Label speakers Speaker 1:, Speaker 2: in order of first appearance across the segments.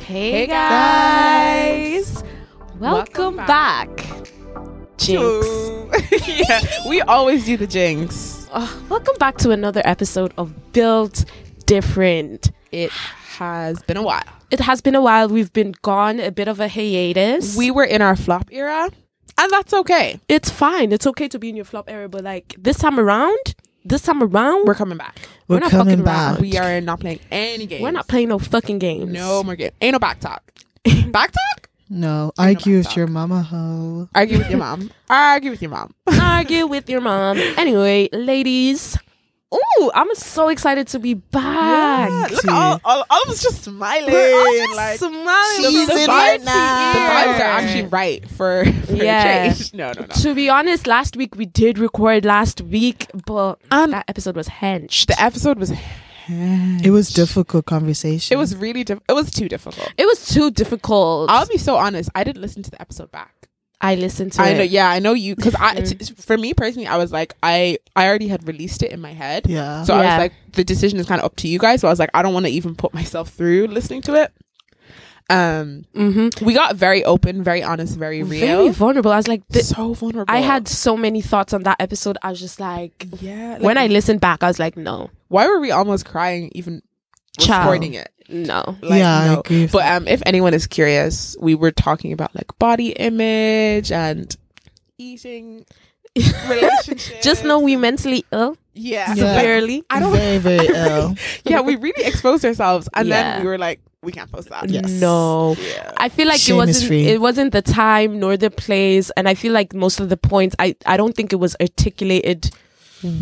Speaker 1: Hey,
Speaker 2: Hey,
Speaker 1: guys.
Speaker 2: guys.
Speaker 1: Welcome,
Speaker 2: Welcome
Speaker 1: back.
Speaker 2: Jinx. yeah, we always do the jinx.
Speaker 1: Ugh, welcome back to another episode of Build Different.
Speaker 2: It has been a while.
Speaker 1: It has been a while. We've been gone, a bit of a hiatus.
Speaker 2: We were in our flop era, and that's okay.
Speaker 1: it's fine. It's okay to be in your flop era, but like this time around, this time around,
Speaker 2: We're coming back.
Speaker 1: we're not fucking around.
Speaker 2: We are not playing any games.
Speaker 1: We're not playing no fucking games.
Speaker 2: No more game. Ain't no back talk. back talk?
Speaker 3: No, argue with
Speaker 2: laptop.
Speaker 3: your mama hoe.
Speaker 2: Argue with your mom. Argue with your mom.
Speaker 1: argue with your mom. Anyway, ladies. Ooh, I'm so excited to be back.
Speaker 2: Yeah, look at
Speaker 3: you.
Speaker 2: all, all, all of us just smiling.
Speaker 1: We're all just
Speaker 2: like,
Speaker 1: smiling.
Speaker 2: the,
Speaker 3: She's
Speaker 2: the
Speaker 3: in
Speaker 2: vibes,
Speaker 3: right now.
Speaker 2: the vibes are actually right for, for
Speaker 1: Yeah.
Speaker 2: a change. No, no, no.
Speaker 1: To be honest, last week we did record last week, but
Speaker 2: Um,
Speaker 1: that episode was hench.
Speaker 2: The episode was.
Speaker 3: It was difficult conversation.
Speaker 2: It was really diff- It was too difficult.
Speaker 1: It was too difficult.
Speaker 2: I'll be so honest. I didn't listen to the episode back.
Speaker 1: I listened to
Speaker 2: I
Speaker 1: it.
Speaker 2: know, yeah, I know you. Because I,
Speaker 1: Mm.
Speaker 2: t- for me personally, I was like, I, I already had released it in my head,
Speaker 3: yeah.
Speaker 2: so I
Speaker 1: Yeah.
Speaker 2: was like, the decision is kind of up to you guys. So I was like, I don't want to even put myself through listening to it. Um,
Speaker 1: hmm
Speaker 2: we got very open, very honest, very
Speaker 1: Very
Speaker 2: real,
Speaker 1: vulnerable. I was like, thi-
Speaker 2: so vulnerable.
Speaker 1: I had so many thoughts on that episode. I was just like,
Speaker 2: yeah. like,
Speaker 1: when I listened back, I was like, no,
Speaker 2: why were we almost crying even
Speaker 1: Child.
Speaker 2: recording it?
Speaker 1: no.
Speaker 2: Like,
Speaker 3: yeah, I
Speaker 2: no.
Speaker 3: agree. with
Speaker 2: But um, if anyone is curious, we were talking about like body image and eating relationships.
Speaker 1: Just know we mentally ill,
Speaker 2: yeah.
Speaker 3: Yeah.
Speaker 2: Like,
Speaker 1: severely.
Speaker 2: I don't
Speaker 3: very, very ill.
Speaker 2: yeah, we really exposed ourselves, and
Speaker 1: Yeah.
Speaker 2: then we were like, we can't post that.
Speaker 3: Yeah. Yes.
Speaker 1: No.
Speaker 2: Yeah.
Speaker 1: I feel like it
Speaker 3: Shame is
Speaker 1: wasn't
Speaker 3: free.
Speaker 1: it wasn't the time nor the place and I feel like most of the points I I don't think it was articulated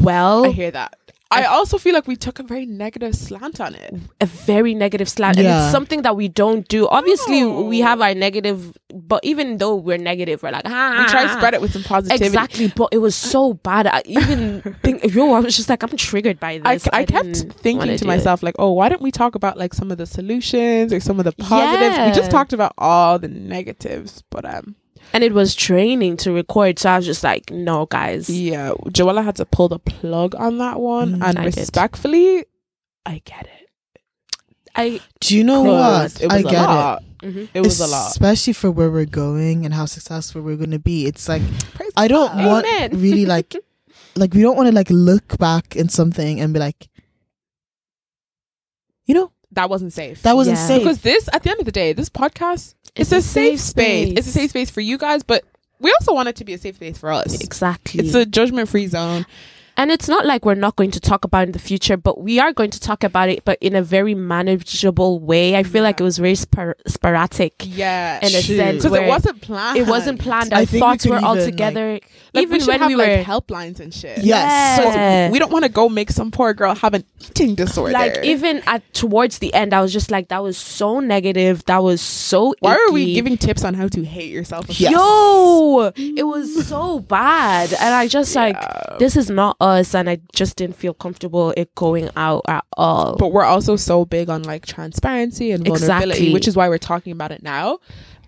Speaker 1: well.
Speaker 2: I hear that. I also feel like we took a very negative slant on it.
Speaker 1: a very negative slant and
Speaker 3: Yeah.
Speaker 1: it's something that we don't do obviously
Speaker 2: No.
Speaker 1: we have our negative but even though we're negative we're like ah,
Speaker 2: We try to spread it with some positivity.
Speaker 1: exactly but it was so bad i even think yo i was just like i'm triggered by
Speaker 2: I,
Speaker 1: this
Speaker 2: I
Speaker 1: didn't
Speaker 2: kept
Speaker 1: wanna
Speaker 2: thinking to
Speaker 1: do
Speaker 2: myself, like, oh, why don't we talk about like some of the solutions or some of the positives? We
Speaker 1: Yeah.
Speaker 2: just talked about all the negatives, but um,
Speaker 1: it. and it was training to record so i was just like no guys
Speaker 2: yeah, Joella had to pull the plug on that one,
Speaker 3: Mm,
Speaker 2: and
Speaker 1: I did.
Speaker 2: respectfully, I get it.
Speaker 1: i
Speaker 3: Do you know
Speaker 2: Because
Speaker 3: what?
Speaker 2: It was
Speaker 3: I
Speaker 2: a
Speaker 3: get it.
Speaker 2: lot.
Speaker 1: mhm.
Speaker 2: It was a lot.
Speaker 3: Especially for where we're going and how successful we're going to be. It's like
Speaker 2: Praise
Speaker 3: I don't
Speaker 2: God.
Speaker 3: want
Speaker 1: Amen.
Speaker 3: really like like we don't want to like look back in something and be like you know,
Speaker 2: that wasn't safe.
Speaker 3: that wasn't
Speaker 1: Yeah.
Speaker 3: safe.
Speaker 2: because this at the end of the day this podcast it's, a, safe space. it's a safe space for you guys but we also want it to be a safe space for us
Speaker 1: exactly
Speaker 2: it's a judgment free zone
Speaker 1: And it's not like we're not going to talk about it in the future, but we are going to talk about it, but in a very manageable way. I feel like it
Speaker 2: Yeah.
Speaker 1: was very spor- sporadic
Speaker 2: yeah
Speaker 1: in a
Speaker 3: True.
Speaker 1: sense.
Speaker 2: because it
Speaker 1: where
Speaker 2: wasn't planned
Speaker 1: It wasn't planned.
Speaker 3: I
Speaker 1: Our
Speaker 3: think we
Speaker 1: thoughts
Speaker 3: could
Speaker 1: were all
Speaker 3: even,
Speaker 1: together.
Speaker 2: like
Speaker 1: even
Speaker 2: we should
Speaker 1: when
Speaker 2: have
Speaker 1: we
Speaker 2: like
Speaker 1: were
Speaker 2: helplines and shit
Speaker 3: Yes.
Speaker 2: So
Speaker 1: Yeah.
Speaker 2: we don't want to go make some poor girl have an eating disorder
Speaker 1: like even at towards the end, I was just like, that was so negative. That was so.
Speaker 2: why are we
Speaker 1: icky.
Speaker 2: giving tips on how to hate yourself
Speaker 3: Yes.
Speaker 1: Yo, it was so bad, and I just like
Speaker 2: Yeah.
Speaker 1: this is not us, and I just didn't feel comfortable it going out at all.
Speaker 2: but we're also so big on like transparency and vulnerability
Speaker 1: Exactly.
Speaker 2: which is why we're talking about it now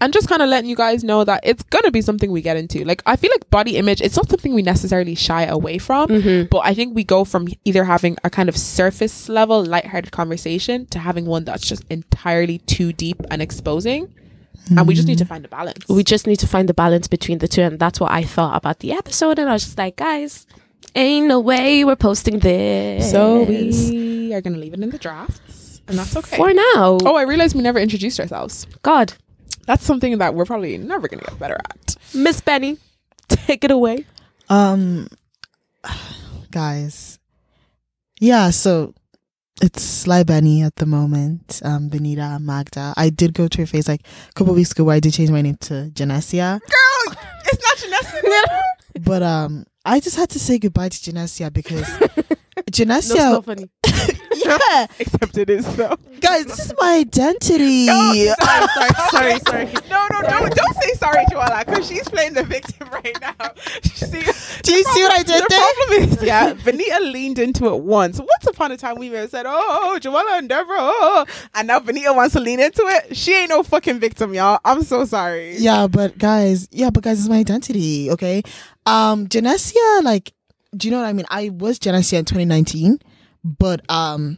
Speaker 2: and just kind of letting you guys know that it's gonna be something we get into like i feel like body image it's not something we necessarily shy away from
Speaker 1: Mhm.
Speaker 2: but i think we go from either having a kind of surface level lighthearted conversation to having one that's just entirely too deep and exposing and we just need to find a balance
Speaker 1: Mm. we just need to find the balance between the two and that's what i thought about the episode and i was just like guys ain't no way we're posting this
Speaker 2: so we are gonna leave it in the drafts and that's okay
Speaker 1: for now
Speaker 2: oh i realized we never introduced ourselves
Speaker 1: god
Speaker 2: that's something that we're probably never gonna get better at
Speaker 1: miss benny take it away
Speaker 3: Um, guys, yeah. So it's Sly Benny at the moment. Um, Benita Magda. I did go to her face like a couple weeks ago where I did change my name to Janessia,
Speaker 2: girl, it's not Janessa.
Speaker 3: but um, I just had to say goodbye to Janessia because
Speaker 1: no, it's
Speaker 3: Janessia.
Speaker 1: not funny.
Speaker 3: yeah,
Speaker 2: Except it is though. Oh,
Speaker 3: guys, this is my identity.
Speaker 2: sorry, sorry, sorry, sorry. No, no, don't, don't say sorry, Joala, because she's playing the victim right now. see,
Speaker 3: Do you see what I did
Speaker 2: the
Speaker 3: there?
Speaker 2: problem is, yeah, Benita leaned into it once. Once upon a time, we may have said, "Oh, Joala and Deborah," oh, oh," and now Benita wants to lean into it. She ain't no fucking victim, y'all. I'm so sorry.
Speaker 3: Yeah, but guys, yeah, but guys, it's my identity, okay? Um, Genesia, like, do you know what I mean? I was Genesia in 2019, but um,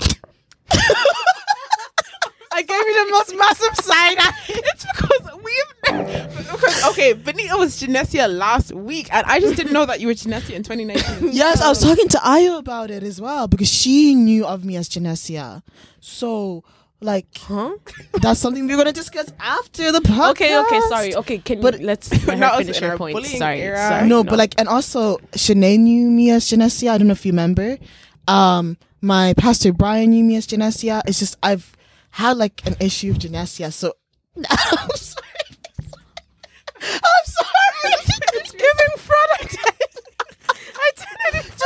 Speaker 2: I gave you the most massive side. eye. it's because we've because okay, Benita was Genesia last week, and I just didn't know that you were Genesia in 2019.
Speaker 3: Yes, I was talking to Ayo about it as well because she knew of me as Genesia. So, like,
Speaker 1: Huh?
Speaker 3: that's something we're going to discuss after the podcast.
Speaker 1: Okay, okay, sorry. Okay, can
Speaker 3: But-
Speaker 1: you let's let
Speaker 2: That
Speaker 1: her
Speaker 2: was
Speaker 1: finish
Speaker 2: in
Speaker 1: her
Speaker 2: our
Speaker 1: point.
Speaker 2: bullying
Speaker 1: Sorry,
Speaker 2: era.
Speaker 1: sorry.
Speaker 3: No, but like, and also, Shanae knew me as Genesia. I don't know if you remember. Um, my pastor Brian knew me as Genesia. It's just I've had like an issue with Genesia, so I'm sorry. I'm sorry. it's giving product. I did it.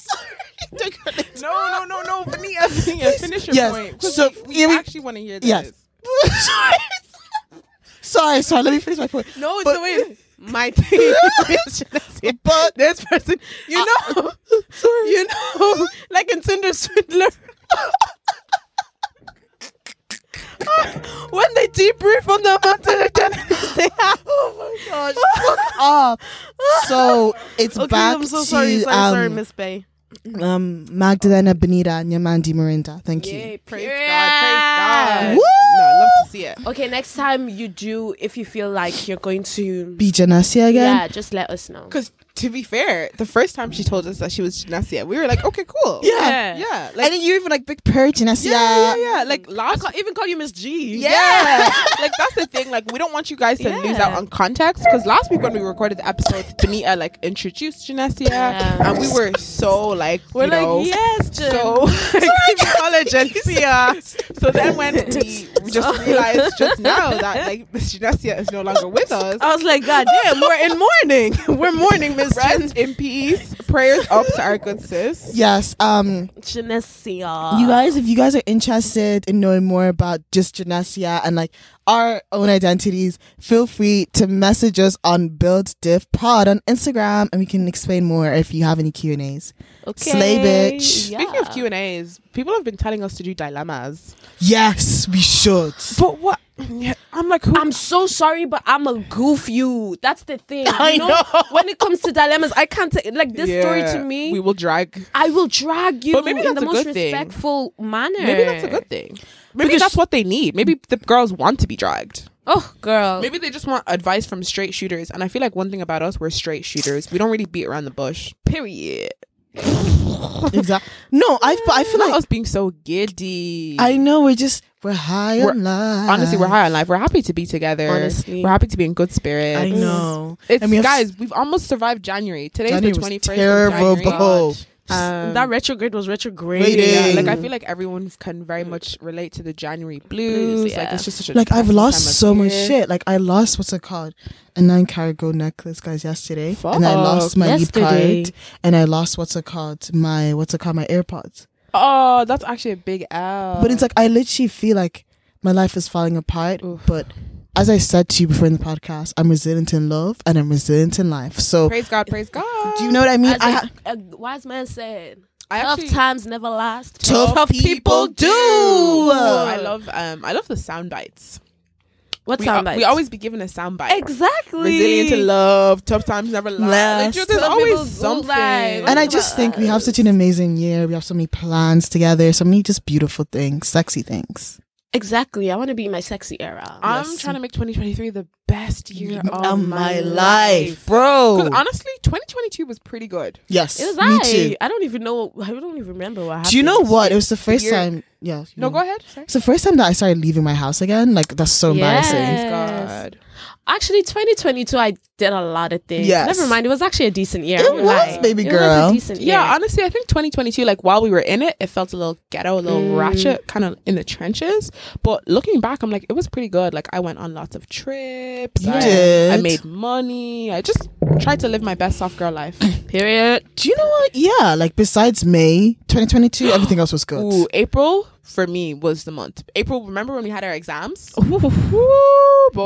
Speaker 3: sorry. They're gonna-
Speaker 2: No, no, no, no, Benita, Benita, finish your
Speaker 3: Yes,
Speaker 2: point. 'Cause
Speaker 3: so
Speaker 2: we, we
Speaker 3: here we-
Speaker 2: actually want to hear this.
Speaker 3: Yes. sorry. sorry, sorry. Let me finish my point.
Speaker 2: No, it's
Speaker 3: But-
Speaker 2: the way my team is Genesia.
Speaker 3: But-
Speaker 2: this person, you know,
Speaker 3: Sorry.
Speaker 2: you know, like in Tinder Swindler. when they debrief on the amount of identities they have. Oh my gosh.
Speaker 3: Ah, so it's
Speaker 2: Okay,
Speaker 3: back
Speaker 2: I'm so
Speaker 3: to
Speaker 2: sorry, sorry,
Speaker 3: um,
Speaker 2: sorry, Miss Bay.
Speaker 3: um, Magdalena Benita Nyamandi Mirinda. Thank you.
Speaker 2: praise
Speaker 1: God, praise God.
Speaker 2: No, I love to see it.
Speaker 1: Okay, next time you do, if you feel like you're going to,
Speaker 3: Be Janasi again.
Speaker 1: yeah, just let us know.
Speaker 2: Because to be fair, the first time she told us that she was Genesia, we were like, okay, cool.
Speaker 1: Yeah.
Speaker 2: Yeah. Like,
Speaker 3: and then you even like big purr Janasia.
Speaker 2: yeah, yeah, yeah. Like
Speaker 1: I
Speaker 2: last
Speaker 1: can't even call you Miss G.
Speaker 2: Yeah. like that's the thing. Like we don't want you guys to lose
Speaker 1: Yeah.
Speaker 2: out on context because last week when we recorded the episode, Benita like introduced Genesia,
Speaker 1: Yeah.
Speaker 2: and we were so like
Speaker 1: We're
Speaker 2: you
Speaker 1: like,
Speaker 2: know,
Speaker 1: yes, Jen.
Speaker 2: So we call her Genesia. So then when we we just realized just now that like Miss Genesia is no longer with us.
Speaker 1: I was like, God Oh, damn, we're in mourning. we're mourning, Miss
Speaker 2: Rest in peace. Prayers up to our good sis.
Speaker 3: Yes. Um,
Speaker 1: Genesia.
Speaker 2: Ah.
Speaker 3: you guys, if you guys are interested in knowing more about just Janasia and like our own identities, feel free to message us on Build Diff Pod on Instagram, and we can explain more if you have any Q and A's.
Speaker 1: okay.
Speaker 3: slay, bitch.
Speaker 1: Yeah.
Speaker 2: Speaking of Q and A's, people have been telling us to do dilemmas.
Speaker 3: Yes, we should.
Speaker 2: But what? I'm like, who?
Speaker 1: I'm so sorry, but I'm a goof. You. That's the thing. You
Speaker 3: I know.
Speaker 1: When it comes to dilemmas, I can't take like this story
Speaker 2: Yeah,
Speaker 1: to me.
Speaker 2: We will drag.
Speaker 1: I will drag you
Speaker 2: But maybe
Speaker 1: in
Speaker 2: that's
Speaker 1: the
Speaker 2: a
Speaker 1: most
Speaker 2: good thing.
Speaker 1: respectful manner.
Speaker 2: Maybe that's a good thing. Maybe that's what they need. Maybe the girls want to be dragged.
Speaker 1: Oh, girl.
Speaker 2: Maybe they just want advice from straight shooters. And I feel like one thing about us, we're straight shooters. We don't really beat around the bush.
Speaker 1: Period.
Speaker 3: exactly. No, I I feel
Speaker 2: Not
Speaker 3: like
Speaker 2: us being so giddy.
Speaker 3: I know we're just we're high
Speaker 2: E. We're-
Speaker 3: on life.
Speaker 2: honestly, we're high on life. We're happy to be together.
Speaker 1: Honestly.
Speaker 2: we're happy to be in good spirits.
Speaker 3: I know.
Speaker 2: It's
Speaker 3: And we have-
Speaker 2: guys. We've almost survived January. Today's
Speaker 3: January
Speaker 2: the
Speaker 3: was
Speaker 2: twenty first.
Speaker 3: terrible.
Speaker 2: Um,
Speaker 1: that retrograde was retrograde.
Speaker 3: Waiting.
Speaker 2: yeah, like I feel like everyone can very much relate to the January blues.
Speaker 1: Blues,
Speaker 2: Like
Speaker 1: yeah.
Speaker 2: it's just such a
Speaker 3: like I've
Speaker 2: depressing
Speaker 3: lost
Speaker 2: time of
Speaker 3: so much
Speaker 2: year.
Speaker 3: shit. Like I lost what's it called? A nine carat gold necklace, guys, yesterday. And I lost
Speaker 2: Fuck.
Speaker 3: my
Speaker 1: Yesterday.
Speaker 3: leap card. And I lost what's it called? My what's it called? My AirPods.
Speaker 2: Oh, that's actually a big L.
Speaker 3: but it's like I literally feel like my life is falling apart.
Speaker 2: Oof.
Speaker 3: But as I said to you before in the podcast, I'm resilient in love and I'm resilient in life. So
Speaker 2: praise God, praise God.
Speaker 3: oh. do you know what I mean?
Speaker 1: As
Speaker 3: I
Speaker 1: a-
Speaker 3: ha-
Speaker 1: a wise man said,
Speaker 2: I
Speaker 1: tough
Speaker 2: actually-
Speaker 1: times never last.
Speaker 3: Tough people do.
Speaker 2: Ooh, I love um I love the sound bites.
Speaker 1: What
Speaker 2: We,
Speaker 1: sound
Speaker 2: al-
Speaker 1: bites?
Speaker 2: we always be given a sound bite.
Speaker 1: exactly
Speaker 2: Resilient to love, tough times never last.
Speaker 3: Last.
Speaker 2: Like, there's
Speaker 1: Some
Speaker 2: always
Speaker 1: people do
Speaker 2: something.
Speaker 1: like-
Speaker 3: and I
Speaker 1: Think
Speaker 3: just
Speaker 1: about
Speaker 3: think we have
Speaker 1: us.
Speaker 3: such an amazing year. We have so many plans together, so many just beautiful things, sexy things.
Speaker 1: Exactly. I want to be in my sexy era.
Speaker 2: I'm
Speaker 3: Yes.
Speaker 2: trying to make 2023 the best year of,
Speaker 3: Of
Speaker 2: my life,
Speaker 3: bro.
Speaker 2: Because honestly, 2022 was pretty good.
Speaker 3: yes,
Speaker 1: it was
Speaker 3: me
Speaker 1: I.
Speaker 3: too.
Speaker 1: I don't even know. I don't even remember what happened.
Speaker 3: Do you know what? It was the first
Speaker 2: You're-
Speaker 3: time. Yeah.
Speaker 2: No,
Speaker 3: you-
Speaker 2: go ahead. Sorry.
Speaker 3: It's the first time that I started leaving my house again. Like that's so embarrassing.
Speaker 1: Yes. Actually, 2022, I did a lot of things.
Speaker 3: Yes.
Speaker 1: Never mind. It was actually a decent year.
Speaker 3: It
Speaker 1: I'm
Speaker 3: was,
Speaker 1: lying.
Speaker 3: baby
Speaker 1: It was
Speaker 3: girl.
Speaker 1: a decent year.
Speaker 2: Yeah, honestly, I think 2022, like while we were in it, it felt a little ghetto, a little
Speaker 1: Mm.
Speaker 2: ratchet, kind of in the trenches. But looking back, I'm like, it was pretty good. Like I went on lots of trips.
Speaker 3: You
Speaker 2: I,
Speaker 3: did.
Speaker 2: I made money. I just tried to live my best soft girl life.
Speaker 1: Period.
Speaker 3: Do you know what? Yeah, like besides May 2022, everything else was good.
Speaker 2: Ooh, April for me was the month. April, remember when we had our exams? boy.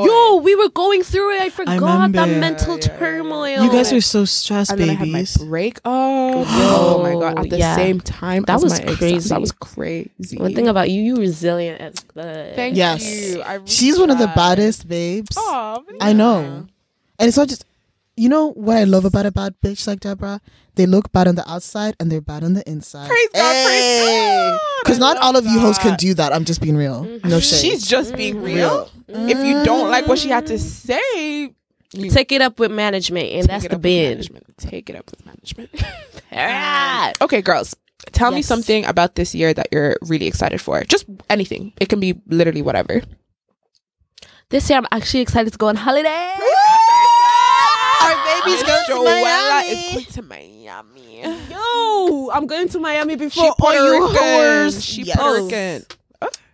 Speaker 1: Yo, we were going through it. I forgot that
Speaker 3: remember.
Speaker 1: mental
Speaker 2: Yeah, yeah, yeah.
Speaker 1: turmoil.
Speaker 3: You guys were so stressed,
Speaker 2: and then I
Speaker 3: babies.
Speaker 2: had my break. Oh, oh my god! At the
Speaker 1: yeah.
Speaker 2: same time,
Speaker 1: That
Speaker 2: as
Speaker 1: was
Speaker 2: my exams.
Speaker 1: crazy.
Speaker 2: That was crazy.
Speaker 1: One thing about you, you resilient as the.
Speaker 2: Thank
Speaker 3: Yes.
Speaker 2: you. I really
Speaker 3: She's one of the
Speaker 2: tried.
Speaker 3: baddest babes,
Speaker 2: Aw,
Speaker 3: I know. and it's not just you know what I love about a bad bitch like Deborah? They look bad on the outside and they're bad on the inside.
Speaker 2: Praise God, praise God.
Speaker 3: Because
Speaker 2: I
Speaker 3: not
Speaker 2: love
Speaker 3: all of you hoes can
Speaker 2: that.
Speaker 3: do that. I'm just being real. No shade.
Speaker 2: She's just being
Speaker 1: Mm-hmm.
Speaker 2: real. If you don't like what she had to say, you
Speaker 1: Take it up with management, and
Speaker 2: take
Speaker 1: Mm-hmm. that's
Speaker 2: it
Speaker 1: the
Speaker 2: up with
Speaker 1: binge.
Speaker 2: management. Take it up with management.
Speaker 1: Ah.
Speaker 2: okay, girls, tell me
Speaker 1: Yes.
Speaker 2: something about this year that you're really excited for. Just anything. It can be literally whatever.
Speaker 1: This year, I'm actually excited to go on holiday.
Speaker 3: Our baby's going to Miami.
Speaker 2: is going to Miami.
Speaker 1: Yo, I'm going to Miami
Speaker 2: She
Speaker 1: before all
Speaker 2: Puerto
Speaker 1: you
Speaker 2: Rican.
Speaker 1: whores.
Speaker 2: She
Speaker 3: Yes.
Speaker 2: Puerto Rican.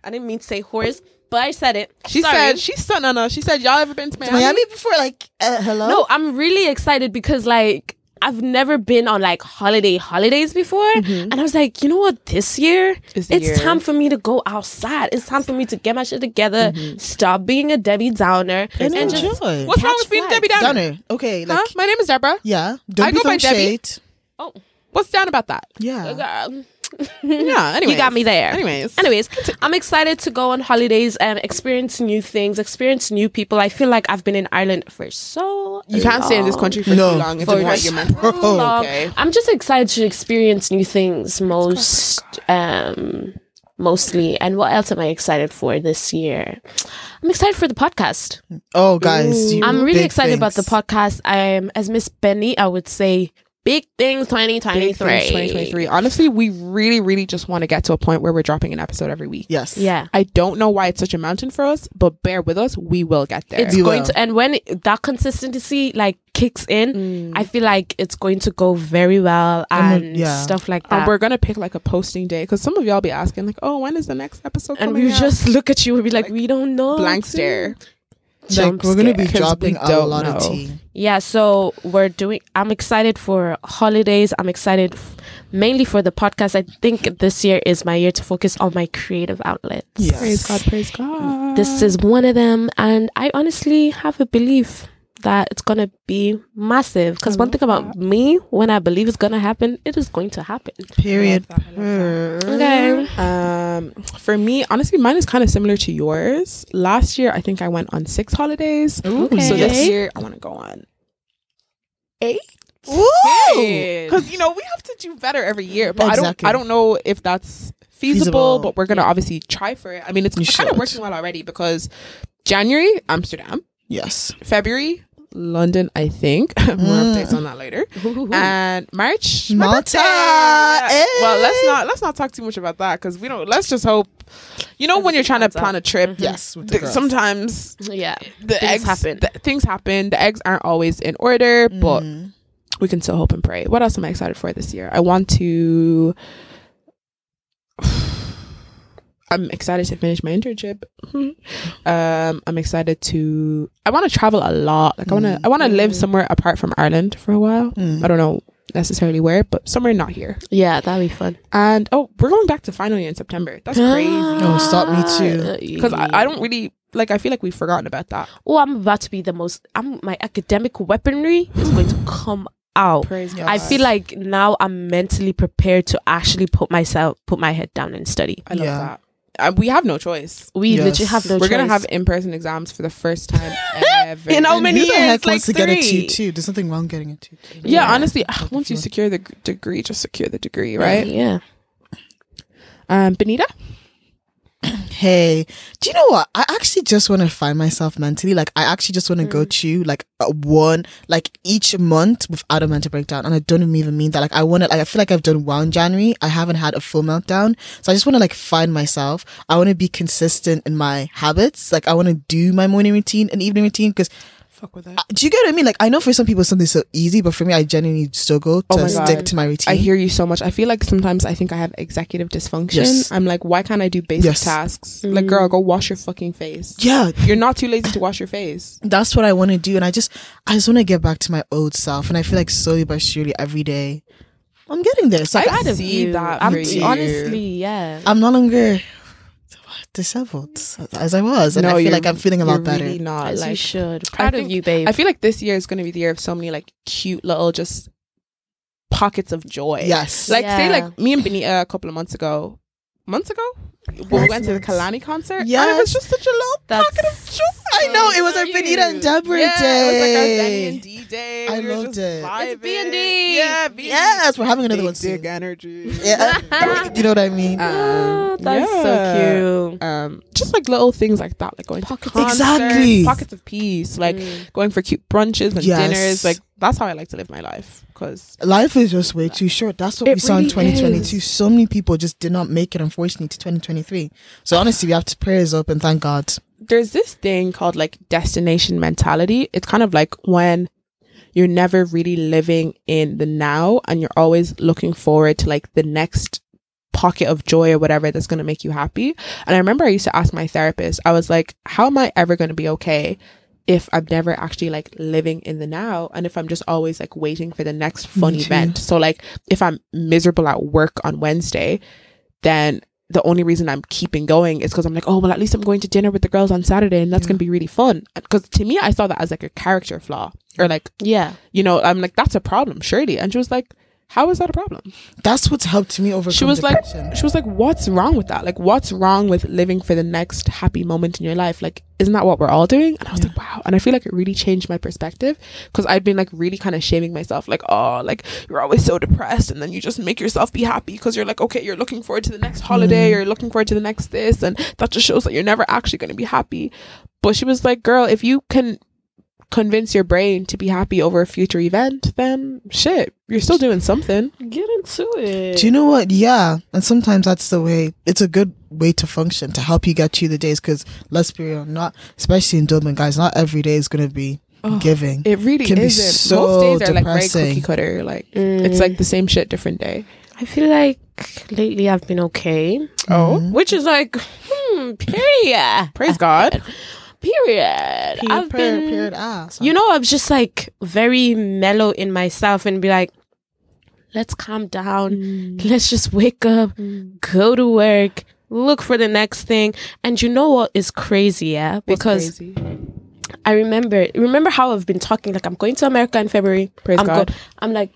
Speaker 1: I didn't mean to say whores, but I said it.
Speaker 2: She
Speaker 1: Sorry.
Speaker 2: said she said no no. She said y'all ever been to Miami?
Speaker 3: Miami before, like, uh, hello?
Speaker 1: No, I'm really excited because like I've never been on like holiday holidays before, and I was like, you know what? This year
Speaker 2: Is the
Speaker 1: it's
Speaker 2: Mm-hmm. year.
Speaker 1: time for me to go outside. It's time for me to get my shit together,
Speaker 2: Mm-hmm.
Speaker 1: stop being a Debbie Downer,
Speaker 3: And
Speaker 1: and
Speaker 3: enjoy.
Speaker 1: just
Speaker 2: What's wrong
Speaker 1: Catch
Speaker 2: with being
Speaker 1: flights.
Speaker 2: Debbie Downer?
Speaker 3: Downer. Okay, like,
Speaker 2: Huh? My name is Deborah.
Speaker 3: yeah. Don't
Speaker 2: I
Speaker 3: be
Speaker 2: go by
Speaker 3: throwing
Speaker 2: Debbie.
Speaker 3: shade.
Speaker 1: oh,
Speaker 2: What's down about that?
Speaker 3: Yeah.
Speaker 1: girl.
Speaker 2: Yeah. Anyway,
Speaker 1: Hmm. You got me there.
Speaker 2: Anyways,
Speaker 1: Anyways, I'm excited to go on holidays and experience new things, experience new people. I feel like I've been in Ireland for so
Speaker 2: you can't stay in this country for
Speaker 3: No.
Speaker 2: too long. It's
Speaker 1: For
Speaker 2: about
Speaker 1: so
Speaker 2: your mental.
Speaker 1: long.
Speaker 2: Oh, Okay.
Speaker 1: I'm just excited to experience new things most um mostly. And what else am I excited for this year? I'm excited for the podcast.
Speaker 3: Oh, guys. you
Speaker 1: I'm really
Speaker 3: big
Speaker 1: excited about the
Speaker 3: things.
Speaker 1: podcast. I'm as Miss Benny, I would say big things 2023.
Speaker 2: Big things 2023. Honestly, we really, really just want to get to a point where we're dropping an episode every week.
Speaker 3: Yes.
Speaker 1: Yeah.
Speaker 2: I don't know why it's such a mountain for us, but bear with us. We will get there.
Speaker 1: It's
Speaker 3: We
Speaker 1: going
Speaker 3: will.
Speaker 1: to and when it- that consistency like kicks in, I feel like it's going to go very well
Speaker 3: I'm a-
Speaker 1: and
Speaker 3: yeah.
Speaker 1: stuff like
Speaker 2: and
Speaker 1: that.
Speaker 2: we're gonna pick like a posting day because some of y'all be asking like, "Oh, when is the next episode?"
Speaker 1: and
Speaker 2: coming
Speaker 1: we
Speaker 2: out?
Speaker 1: just look at you and be like,
Speaker 2: Like,
Speaker 1: we don't know.
Speaker 2: blank
Speaker 1: dude.
Speaker 2: stare.
Speaker 3: Like,
Speaker 1: Jump
Speaker 3: we're going to be
Speaker 1: scare.
Speaker 2: 'Cause we
Speaker 3: dropping a
Speaker 2: don't
Speaker 3: lot of
Speaker 2: know.
Speaker 3: tea.
Speaker 1: Yeah, so we're doing. I'm excited for holidays. I'm excited f- mainly for the podcast. I think this year is my year to focus on my creative outlets.
Speaker 3: Yes.
Speaker 2: Praise God, praise God.
Speaker 1: This is one of them, and I honestly have a belief that it's gonna be massive. Because one thing about
Speaker 2: Mm-hmm.
Speaker 1: me, when I believe it's gonna happen, it is going to happen.
Speaker 3: Period.
Speaker 2: Love that, love
Speaker 1: Okay.
Speaker 2: Um, for me, honestly, mine is kind of similar to yours. Last year, I think I went on six holidays.
Speaker 3: Ooh.
Speaker 1: Okay.
Speaker 2: So this
Speaker 1: Eight?
Speaker 2: year, I want to go on eight.
Speaker 3: Ooh.
Speaker 2: Because you know we have to do better every year, but
Speaker 3: Exactly.
Speaker 2: I don't. I don't know if that's feasible.
Speaker 3: Feasible.
Speaker 2: But we're gonna obviously try for it. I mean, it's
Speaker 3: You
Speaker 2: kind of
Speaker 3: should.
Speaker 2: working well already because January Amsterdam,
Speaker 3: Yes.
Speaker 2: February London, I think. More
Speaker 3: Mm.
Speaker 2: updates on that later.
Speaker 1: Uh,
Speaker 2: And March, my
Speaker 3: Malta.
Speaker 2: birthday.
Speaker 3: Eh.
Speaker 2: Well, let's not let's not talk too much about that because we don't. Let's just hope. You know, when you're trying to
Speaker 1: Everything
Speaker 2: plan a trip,
Speaker 3: Yes. with the
Speaker 2: th-
Speaker 3: girls.
Speaker 2: sometimes
Speaker 1: yeah.
Speaker 2: the
Speaker 1: Things
Speaker 2: eggs
Speaker 1: happen.
Speaker 2: th- things happen. The eggs aren't always in order, but
Speaker 1: Mm-hmm.
Speaker 3: Mm.
Speaker 2: we can still hope and pray. What else am I excited for this year? I want to. I'm excited to finish my internship. um, I'm excited to. I want to travel a lot. Like I want to. I want to live
Speaker 1: Mm-hmm.
Speaker 2: somewhere apart from Ireland for a while.
Speaker 3: Mm.
Speaker 2: I don't know necessarily where, but somewhere not here.
Speaker 1: Yeah, that'd be fun.
Speaker 2: And oh, we're going back to final year in September. That's crazy.
Speaker 3: No, Oh, stop me
Speaker 1: too.
Speaker 2: Because I, I don't really like. I feel like we've forgotten about that.
Speaker 1: Uh, Oh, I'm about to be the most. I'm my academic weaponry is going to come out.
Speaker 2: Praise
Speaker 3: Yeah.
Speaker 1: Oh, I feel like now I'm mentally prepared to actually put myself, put my head down and study.
Speaker 2: I love
Speaker 3: Yeah.
Speaker 2: that. Uh, we have no choice.
Speaker 1: We
Speaker 3: Yes.
Speaker 1: literally have no.
Speaker 2: We're gonna
Speaker 1: choice.
Speaker 2: have in person exams for the first time ever.
Speaker 1: In how
Speaker 3: And
Speaker 1: many
Speaker 3: who the
Speaker 1: years?
Speaker 3: heck
Speaker 1: Like
Speaker 3: wants to get a
Speaker 1: three.
Speaker 3: two two? There's nothing wrong getting a two two.
Speaker 2: yeah,
Speaker 1: Yeah.
Speaker 2: honestly, uh,
Speaker 3: Fuck
Speaker 2: once you
Speaker 3: if you-
Speaker 2: secure the g- degree, just secure the degree, right?
Speaker 1: Yeah.
Speaker 2: Um, Benita,
Speaker 3: Hey, do you know what? I actually just want to find myself mentally. Like, I actually just want to
Speaker 2: Mm.
Speaker 3: go to like a one, like each month without a mental breakdown. And I don't even mean that. Like, I want to, like, I feel like I've done one January. I haven't had a full meltdown. So I just want to like find myself. I want to be consistent in my habits. Like, I want to do my morning routine and evening routine because
Speaker 2: fuck with
Speaker 3: uh, do you get what I mean? Like, I know for some people something's so easy, but for me, I genuinely struggle to
Speaker 2: Oh my
Speaker 3: stick
Speaker 2: God.
Speaker 3: to my routine.
Speaker 2: I hear you so much. I feel like sometimes I think I have executive dysfunction.
Speaker 3: Yes.
Speaker 2: I'm like, why can't I do basic
Speaker 3: Yes.
Speaker 2: tasks?
Speaker 1: Mm.
Speaker 2: Like, girl, go wash your fucking face.
Speaker 3: yeah,
Speaker 2: You're not too lazy to wash your face.
Speaker 3: that's what I want to do, and I just I just want to get back to my old self, and I feel like slowly but surely every day I'm getting there. So I,
Speaker 2: I- see that
Speaker 1: I'm
Speaker 2: for you.
Speaker 1: honestly, yeah.
Speaker 3: I'm no longer disabled as I was, and I feel
Speaker 2: you're-
Speaker 3: like I'm feeling a lot
Speaker 2: you're
Speaker 3: better.
Speaker 2: Really not
Speaker 1: As you
Speaker 2: like
Speaker 1: should.
Speaker 2: I
Speaker 1: Proud
Speaker 2: think-
Speaker 1: of you, babe.
Speaker 2: I feel like this year is going to be the year of so many like cute little just pockets of joy.
Speaker 3: yes,
Speaker 2: Like say
Speaker 1: Yeah.
Speaker 2: like me and Benita a couple of months ago months ago when we went to the
Speaker 3: Yes.
Speaker 2: Kalani concert. Yeah, it
Speaker 3: Yes.
Speaker 2: was just such a little
Speaker 1: That's-
Speaker 2: pocket of joy.
Speaker 3: I know it was our Benita and Deborah
Speaker 2: yeah, It was like our Danny
Speaker 3: day.
Speaker 2: and D day.
Speaker 3: I
Speaker 2: we were
Speaker 3: loved
Speaker 2: just
Speaker 3: it.
Speaker 2: Vibing.
Speaker 1: It's B&D.
Speaker 2: Yeah, B&D.
Speaker 3: yes, we're having another
Speaker 2: Big
Speaker 3: one soon.
Speaker 2: dick energy.
Speaker 3: Yeah, you know what I mean.
Speaker 1: Oh, that's so cute.
Speaker 2: Um, just like little things like that, like going
Speaker 1: Pockets-
Speaker 2: to concerts,
Speaker 3: Exactly.
Speaker 2: pockets of peace, like going for cute brunches and
Speaker 3: Yes.
Speaker 2: dinners. Like that's how I like to live my life. Because
Speaker 3: Life is just way too short. That's what
Speaker 1: It
Speaker 3: we saw in
Speaker 1: really
Speaker 3: 2022. So many people just did not make it, unfortunately, to 2023. So honestly, we have to prayers up and thank God.
Speaker 2: there's this thing called like destination mentality. It's kind of like when you're never really living in the now and you're always looking forward to like the next pocket of joy or whatever that's going to make you happy. And I remember I used to ask my therapist, I was like, how am I ever going to be okay if I'm never actually like living in the now and if I'm just always like waiting for the next fun
Speaker 3: Me too.
Speaker 2: event? So, like, if I'm miserable at work on Wednesday, then the only reason I'm keeping going is because I'm like, oh, well, at least I'm going to dinner with the girls on Saturday and that's
Speaker 3: Yeah.
Speaker 2: going to be really fun. Because to me, I saw that as like a character flaw or like,
Speaker 1: Yeah.
Speaker 2: you know, I'm like, that's a problem, surely. And she was like, how is that a problem?
Speaker 3: That's what's helped me overcome.
Speaker 2: She was like,
Speaker 3: depression.
Speaker 2: she was like, what's wrong with that? Like, what's wrong with living for the next happy moment in your life? Like, isn't that what we're all doing? And I was
Speaker 3: Yeah.
Speaker 2: like, wow. And I feel like it really changed my perspective because I'd been like really kind of shaming myself, like, oh, like you're always so depressed, and then you just make yourself be happy because you're like, okay, you're looking forward to the next holiday, you're looking forward to the next this, and that just shows that you're never actually going to be happy. But she was like, girl, if you can convince your brain to be happy over a future event, then shit, you're still doing something.
Speaker 1: Get into it.
Speaker 3: Do you know what? Yeah. And sometimes that's the way, it's a good way to function to help you get through the days. Because let's be real, not, especially in Dublin, guys, not every day is going to be giving.
Speaker 2: Oh. It really
Speaker 3: can be
Speaker 2: isn't.
Speaker 3: so
Speaker 2: Most days are like very
Speaker 3: depressing.
Speaker 2: cookie cutter. Like
Speaker 1: Mm.
Speaker 2: it's like the same shit, different day.
Speaker 1: I feel like lately I've been okay,
Speaker 3: Mm-hmm.
Speaker 2: Oh,
Speaker 1: which is like, hmm, period.
Speaker 2: praise God!
Speaker 1: Period. I've been, you
Speaker 3: you know,
Speaker 1: know, I was just like very mellow in myself and be like, let's calm down. Let's just wake up, go to work, look for the next thing. And you know what is crazy, yeah? Because I remember, remember how I've been talking, like, I'm going to America in February.
Speaker 2: Praise
Speaker 1: I'm
Speaker 2: God.
Speaker 1: go- I'm like,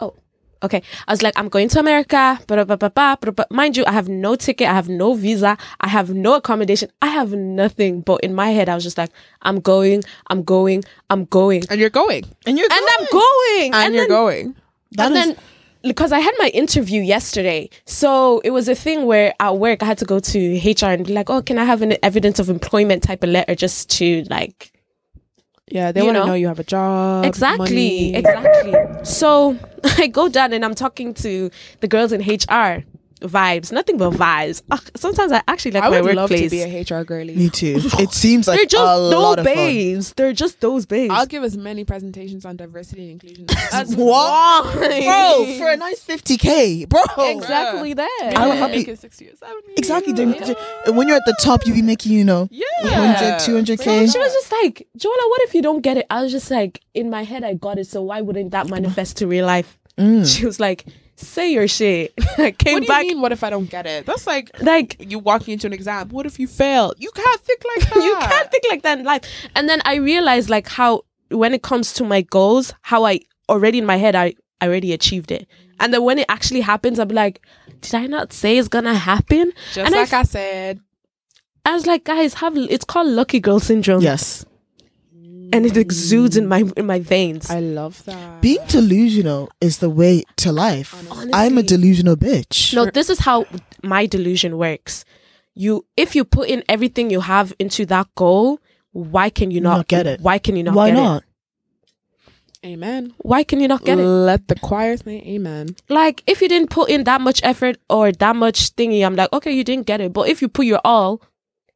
Speaker 1: oh, okay. I was like, I'm going to America, but but mind you, I have no ticket, I have no visa, I have no accommodation, I have nothing. But in my head, I was just like, I'm going, I'm going, I'm going,
Speaker 2: and you're going,
Speaker 3: and you're
Speaker 1: and I'm going,
Speaker 2: and, you're
Speaker 1: then-
Speaker 2: going.
Speaker 3: That
Speaker 1: and
Speaker 3: is-
Speaker 1: then because I had my interview yesterday, so it was a thing where at work I had to go to HR and be like, "Oh, can I have an evidence of employment type of letter just to like
Speaker 2: Yeah, they
Speaker 1: You
Speaker 2: want to
Speaker 1: know?
Speaker 2: know? you have a job.
Speaker 1: exactly
Speaker 2: money.
Speaker 1: exactly so i go down and i'm talking to the girls in hr vibes nothing but vibes Ugh, sometimes i actually like
Speaker 2: I
Speaker 1: my
Speaker 2: would love to
Speaker 1: workplace
Speaker 2: be a HR girly.
Speaker 3: me too. It seems like
Speaker 1: they're just
Speaker 3: a
Speaker 1: those
Speaker 3: lot of fun.
Speaker 1: babes they're just those babes
Speaker 2: I'll give as many presentations on diversity and inclusion. as
Speaker 3: What?
Speaker 1: Why?
Speaker 3: Bro, for a nice 50K, bro.
Speaker 1: exactly that
Speaker 3: I
Speaker 2: Yeah.
Speaker 3: would happy-
Speaker 2: Make it six years, seven years.
Speaker 3: Exactly. during- And when you're at the top, you be making, you know,
Speaker 2: Yeah,
Speaker 3: 100, 200K.
Speaker 1: she was just like joanna what if you don't get it i was just like in my head i got it so why wouldn't that manifest to real life
Speaker 3: Mm.
Speaker 1: she was like say your shit i
Speaker 2: What
Speaker 1: came
Speaker 2: do you
Speaker 1: back
Speaker 2: mean? What if I don't get it? That's like
Speaker 1: like
Speaker 2: you walking into an exam. What if you fail? You can't think like that.
Speaker 1: you can't think like that in life. And then I realized like how when it comes to my goals, how I already in my head I, I already achieved it. And then when it actually happens, I'll be like, did I not say it's gonna happen?
Speaker 2: Just
Speaker 1: And I
Speaker 2: like I said,
Speaker 1: I was like, guys, have it's called lucky girl syndrome.
Speaker 3: Yes.
Speaker 1: And it exudes in my in my veins.
Speaker 2: I love that.
Speaker 3: Being delusional is the way to life.
Speaker 1: Honestly.
Speaker 3: I'm a delusional bitch.
Speaker 1: no, this is how my delusion works. You if you put in everything you have into that goal, why can you not,
Speaker 3: Not get it.
Speaker 1: Why can you not
Speaker 3: Why
Speaker 1: get it?
Speaker 3: not?
Speaker 2: Amen.
Speaker 1: Why can you not get it?
Speaker 2: Let the choir say amen.
Speaker 1: like if you didn't put in that much effort or that much thingy, I'm like, okay, you didn't get it. But if you put your all,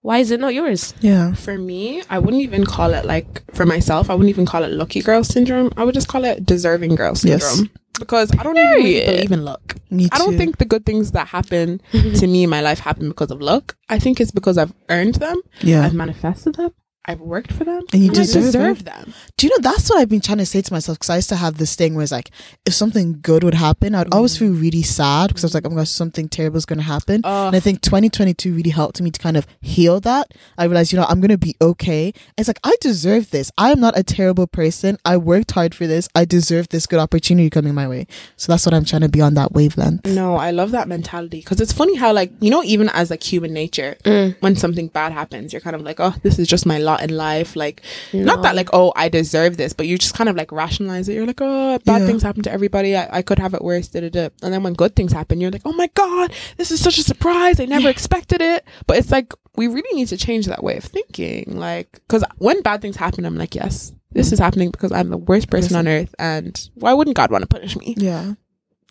Speaker 1: why is it not yours?
Speaker 3: Yeah.
Speaker 2: For me, I wouldn't even call it like for myself, I wouldn't even call it lucky girl syndrome. I would just call it deserving girl
Speaker 3: Yes.
Speaker 2: syndrome. Because I don't even really
Speaker 1: Period.
Speaker 2: believe in luck.
Speaker 3: Me too.
Speaker 2: I don't think the good things that happen to me in my life happen because of luck. I think it's because I've earned them.
Speaker 3: Yeah.
Speaker 2: I've manifested them. I've worked for them.
Speaker 3: And you
Speaker 2: I
Speaker 3: deserve
Speaker 2: deserve them.
Speaker 3: Do you know that's what I've been trying to say to myself? Because I used to have this thing where it's like, if something good would happen, I'd
Speaker 2: Mm.
Speaker 3: always feel really sad because I was like, oh my gosh, something terrible is going to happen.
Speaker 2: Ugh.
Speaker 3: and I think 2022 really helped me to kind of heal that. I realized, you know, I'm going to be okay. It's like, I deserve this. I am not a terrible person. I worked hard for this. I deserve this good opportunity coming my way. So that's what I'm trying to be on that wavelength.
Speaker 2: No, I love that mentality because it's funny how like you know even as like human nature,
Speaker 3: Mm.
Speaker 2: when something bad happens, you're kind of like, oh, this is just my lot in life. Like, not that like, oh, I deserve this, but you just kind of like rationalize it. You're like, oh, bad
Speaker 3: Yeah.
Speaker 2: things happen to everybody. I, I could have it worse. Da, da, da. And then when good things happen, you're like, oh my god, this is such a surprise. I never expected it. But it's like we really need to change that way of thinking. Like, because when bad things happen, I'm like, yes. This is happening because I'm the worst person on earth, and why wouldn't God want to punish me?
Speaker 3: Yeah.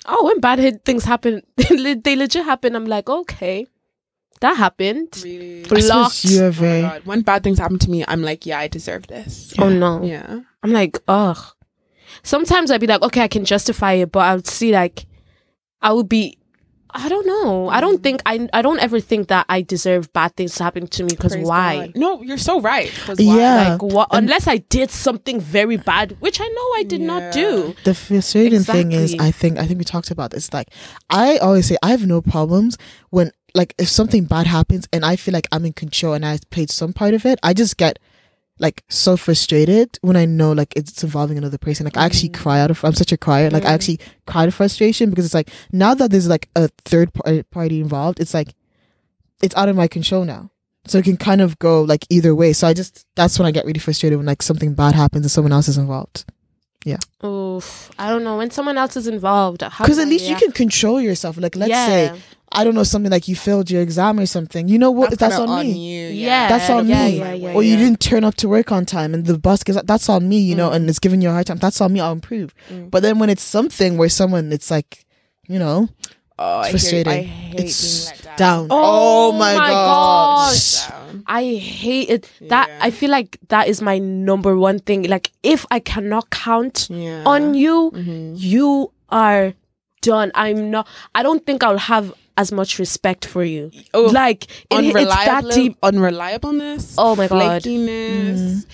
Speaker 1: Oh, when bad hit things happen, they le- they legit happen. I'm like, okay, that happened.
Speaker 2: Really?
Speaker 3: I suppose
Speaker 1: Blocked.
Speaker 3: You are
Speaker 2: Oh my
Speaker 3: very.
Speaker 2: God. When bad things happen to me, I'm like, yeah, I deserve this.
Speaker 1: Oh no.
Speaker 2: Yeah.
Speaker 1: I'm like, ugh. Sometimes I'd be like, okay, I can justify it, but I would see like, I would be, I don't know. I
Speaker 2: Mm.
Speaker 1: don't think I, I don't ever think that I deserve bad things to happen to me because
Speaker 2: Praise
Speaker 1: why?
Speaker 2: God. No, you're so right. 'cause
Speaker 3: Yeah.
Speaker 1: Like what? Unless I did something very bad, which I know I did
Speaker 2: Yeah.
Speaker 1: not do.
Speaker 3: the frustrating thing is
Speaker 1: Exactly.
Speaker 3: i think i think we talked about this like i always say i have no problems when like if something bad happens and i feel like i'm in control and i played some part of it i just get like so frustrated when i know like it's involving another person like i actually cry out of i'm such a crier like i actually cry out of frustration because it's like now that there's like a third par- party involved it's like it's out of my control now so it can kind of go like either way so i just that's when i get really frustrated when like something bad happens and someone else is involved
Speaker 1: Oof. I don't know. When someone else is involved,
Speaker 3: because at least you can control yourself. Like, let's say I don't know something like you failed your exam or something. You know what? That's,
Speaker 2: kinda
Speaker 3: on, me.
Speaker 2: you.
Speaker 1: Yeah.
Speaker 3: That's on
Speaker 1: Yeah,
Speaker 3: me.
Speaker 1: yeah, yeah,
Speaker 3: or you
Speaker 1: yeah.
Speaker 3: didn't turn up to work on time, and the bus gives. That's on me. You know,
Speaker 2: Mm.
Speaker 3: and it's giving you a hard time. That's on me. I'll improve. But then when it's something where someone, it's like, you know,
Speaker 2: Oh, I
Speaker 3: frustrating.
Speaker 2: Hate, I hate
Speaker 3: it's
Speaker 2: being let down.
Speaker 3: down. Oh, my,
Speaker 1: my
Speaker 3: god.
Speaker 1: gosh.
Speaker 2: Down.
Speaker 1: I hate it. That
Speaker 2: Yeah.
Speaker 1: I feel like that is my number one thing. Like if I cannot count
Speaker 2: Yeah.
Speaker 1: on you,
Speaker 3: Mm-hmm.
Speaker 2: Mhm.
Speaker 1: you are done. I'm not. I don't think I'll have as much respect for you.
Speaker 2: Oh,
Speaker 1: like it, it's that
Speaker 2: Unreliable,
Speaker 1: deep.
Speaker 2: unreliableness.
Speaker 1: Oh my God.
Speaker 2: Flakiness.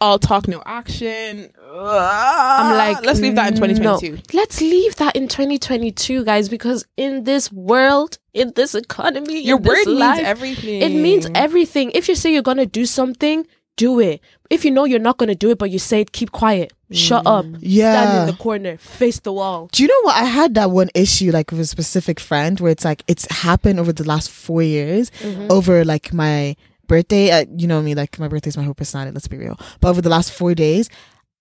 Speaker 2: All talk, no action. I'm
Speaker 1: like,
Speaker 2: let's leave that in
Speaker 1: No,
Speaker 2: 2022.
Speaker 1: let's leave that in 2022, guys. Because in this world, in this economy,
Speaker 2: Your
Speaker 1: in this
Speaker 2: word
Speaker 1: life,
Speaker 2: means everything.
Speaker 1: It means everything. If you say you're gonna do something, do it. If you know you're not gonna do it, but you say it, keep quiet, shut up, stand
Speaker 3: Mm-hmm. Yeah.
Speaker 1: in the corner, face the wall.
Speaker 3: Do you know what? I had that one issue, like with a specific friend, where it's like it's happened over the last four years, over like my birthday. Uh, you know me, like my birthday's my whole personality. Let's be real. But over the last four days,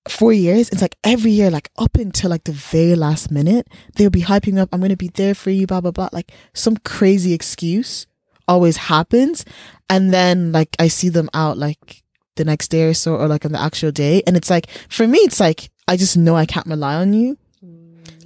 Speaker 3: four years, it's like every year, like up until like the very last minute, they'll be hyping up, "I'm gonna be there for you," blah blah blah, like some crazy excuse always happens, and then like I see them out like the next day or so, or like on the actual day, and it's like for me, it's like I just know I can't rely on you.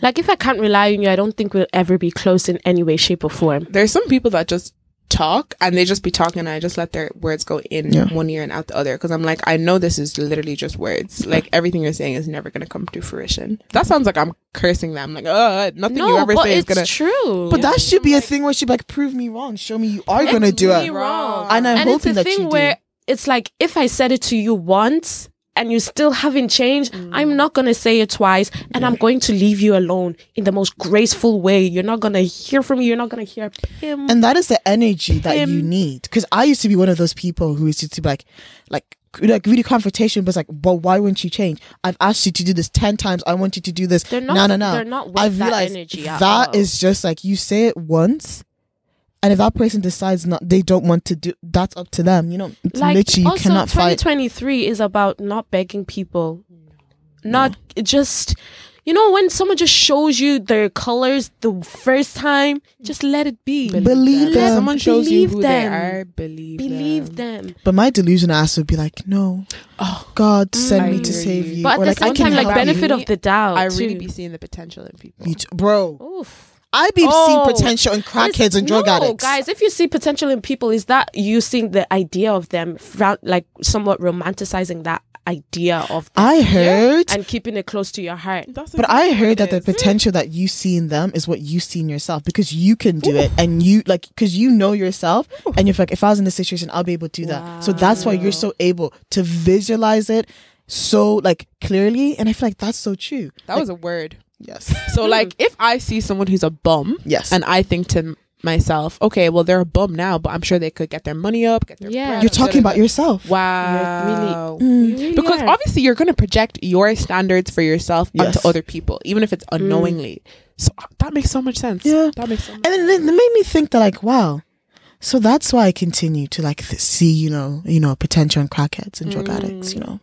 Speaker 1: Like if I can't rely on you, I don't think we'll ever be close in any way, shape, or form.
Speaker 2: There's some people that just talk and they just be talking and I just let their words go in
Speaker 3: Yeah.
Speaker 2: one ear and out the other because I'm like I know this is literally just words like everything you're saying is never going to come to fruition that sounds like I'm cursing them like uh nothing you ever
Speaker 1: but
Speaker 2: say is
Speaker 1: it's
Speaker 2: going to
Speaker 1: true.
Speaker 3: But that should be a thing where she'd be like, prove me wrong. Show me you are
Speaker 1: It's
Speaker 3: going to do
Speaker 1: really
Speaker 3: it.
Speaker 1: wrong.
Speaker 3: And I'm
Speaker 1: and it's
Speaker 3: hoping
Speaker 1: a
Speaker 3: that you
Speaker 1: thing
Speaker 3: do.
Speaker 1: where it's like if I said it to you once and you still haven't changed,
Speaker 3: Mm.
Speaker 1: I'm not gonna say it twice, and I'm going to leave you alone in the most graceful way. You're not gonna hear from me. You're not gonna hear him.
Speaker 3: And that is the energy that you
Speaker 1: Him.
Speaker 3: need. Because I used to be one of those people who used to be like, like, like really confrontation, but it's like, but why won't you change? I've asked you to do this 10 times. I want you to do this.
Speaker 1: They're not-
Speaker 3: no, no, no.
Speaker 1: they're not with
Speaker 3: I've
Speaker 1: that
Speaker 3: realized
Speaker 1: energy at
Speaker 3: that
Speaker 1: all.
Speaker 3: is just like, you say it once. And if that person decides not, they don't want to do. That's up to them. You know, it's literally you
Speaker 1: also,
Speaker 3: cannot fight.
Speaker 1: 2023 is about not begging people, not it just. You know, when someone just shows you their colors the first time, just let it be.
Speaker 3: Believe Believe them. them.
Speaker 2: If someone shows
Speaker 1: Believe
Speaker 2: you who
Speaker 1: them.
Speaker 2: they are believe
Speaker 1: Believe
Speaker 2: them.
Speaker 1: them.
Speaker 3: But my delusion ass would be like, no, oh God, send
Speaker 2: I
Speaker 1: Mm.
Speaker 3: me to
Speaker 2: hear
Speaker 3: save
Speaker 2: you.
Speaker 3: you,
Speaker 1: But at
Speaker 3: or
Speaker 1: the
Speaker 3: like I
Speaker 1: same
Speaker 3: can
Speaker 1: time, like
Speaker 3: help you.
Speaker 1: benefit
Speaker 2: you.
Speaker 1: of the doubt.
Speaker 2: I really
Speaker 1: too.
Speaker 2: be seeing the potential in people
Speaker 3: You t- bro.
Speaker 1: Oof.
Speaker 3: I be
Speaker 1: Oh.
Speaker 3: seeing potential in crackheads
Speaker 1: It's-
Speaker 3: and drug
Speaker 1: no,
Speaker 3: addicts.
Speaker 1: guys. If you see potential in people, is that you seeing the idea of them, frown, like somewhat romanticizing that idea of them
Speaker 3: I heard,
Speaker 1: and keeping it close to your heart.
Speaker 2: That's
Speaker 3: but I heard that the potential that you see in them is what you see in yourself because you can do it and you like because you know yourself and you're like, if I was in this situation, I'll be able to do that. So that's why you're so able to visualize it so like clearly, and I feel like that's so true.
Speaker 2: that was a word.
Speaker 3: Yes,
Speaker 2: So like, if I see someone who's a bum,
Speaker 3: yes,
Speaker 2: and I think to m- myself, okay, well they're a bum now, but I'm sure they could get their money up. Get their
Speaker 1: Yeah.
Speaker 2: bread
Speaker 3: you're
Speaker 2: up,
Speaker 3: talking
Speaker 2: da,
Speaker 3: about
Speaker 2: da, da.
Speaker 3: yourself.
Speaker 2: wow.
Speaker 3: Mm.
Speaker 2: because obviously you're going to project your standards for yourself
Speaker 3: Yes.
Speaker 2: onto other people, even if it's unknowingly. So uh, that makes so much sense.
Speaker 3: Yeah.
Speaker 2: that makes so much.
Speaker 3: and then it made me think that like wow so that's why i continue to like th- see you know you know potential in crackheads and drug
Speaker 2: Mm.
Speaker 3: addicts you know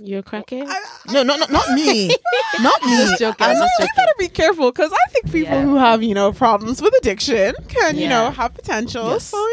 Speaker 1: you're cracking.
Speaker 3: no no no not me not me
Speaker 1: Just joking.
Speaker 3: I'm-
Speaker 1: just
Speaker 2: I
Speaker 1: joking.
Speaker 2: gotta be careful because I think people
Speaker 1: Yeah.
Speaker 2: who have you know problems with addiction can you know
Speaker 1: Yeah.
Speaker 2: have potential.
Speaker 3: Yes.
Speaker 2: So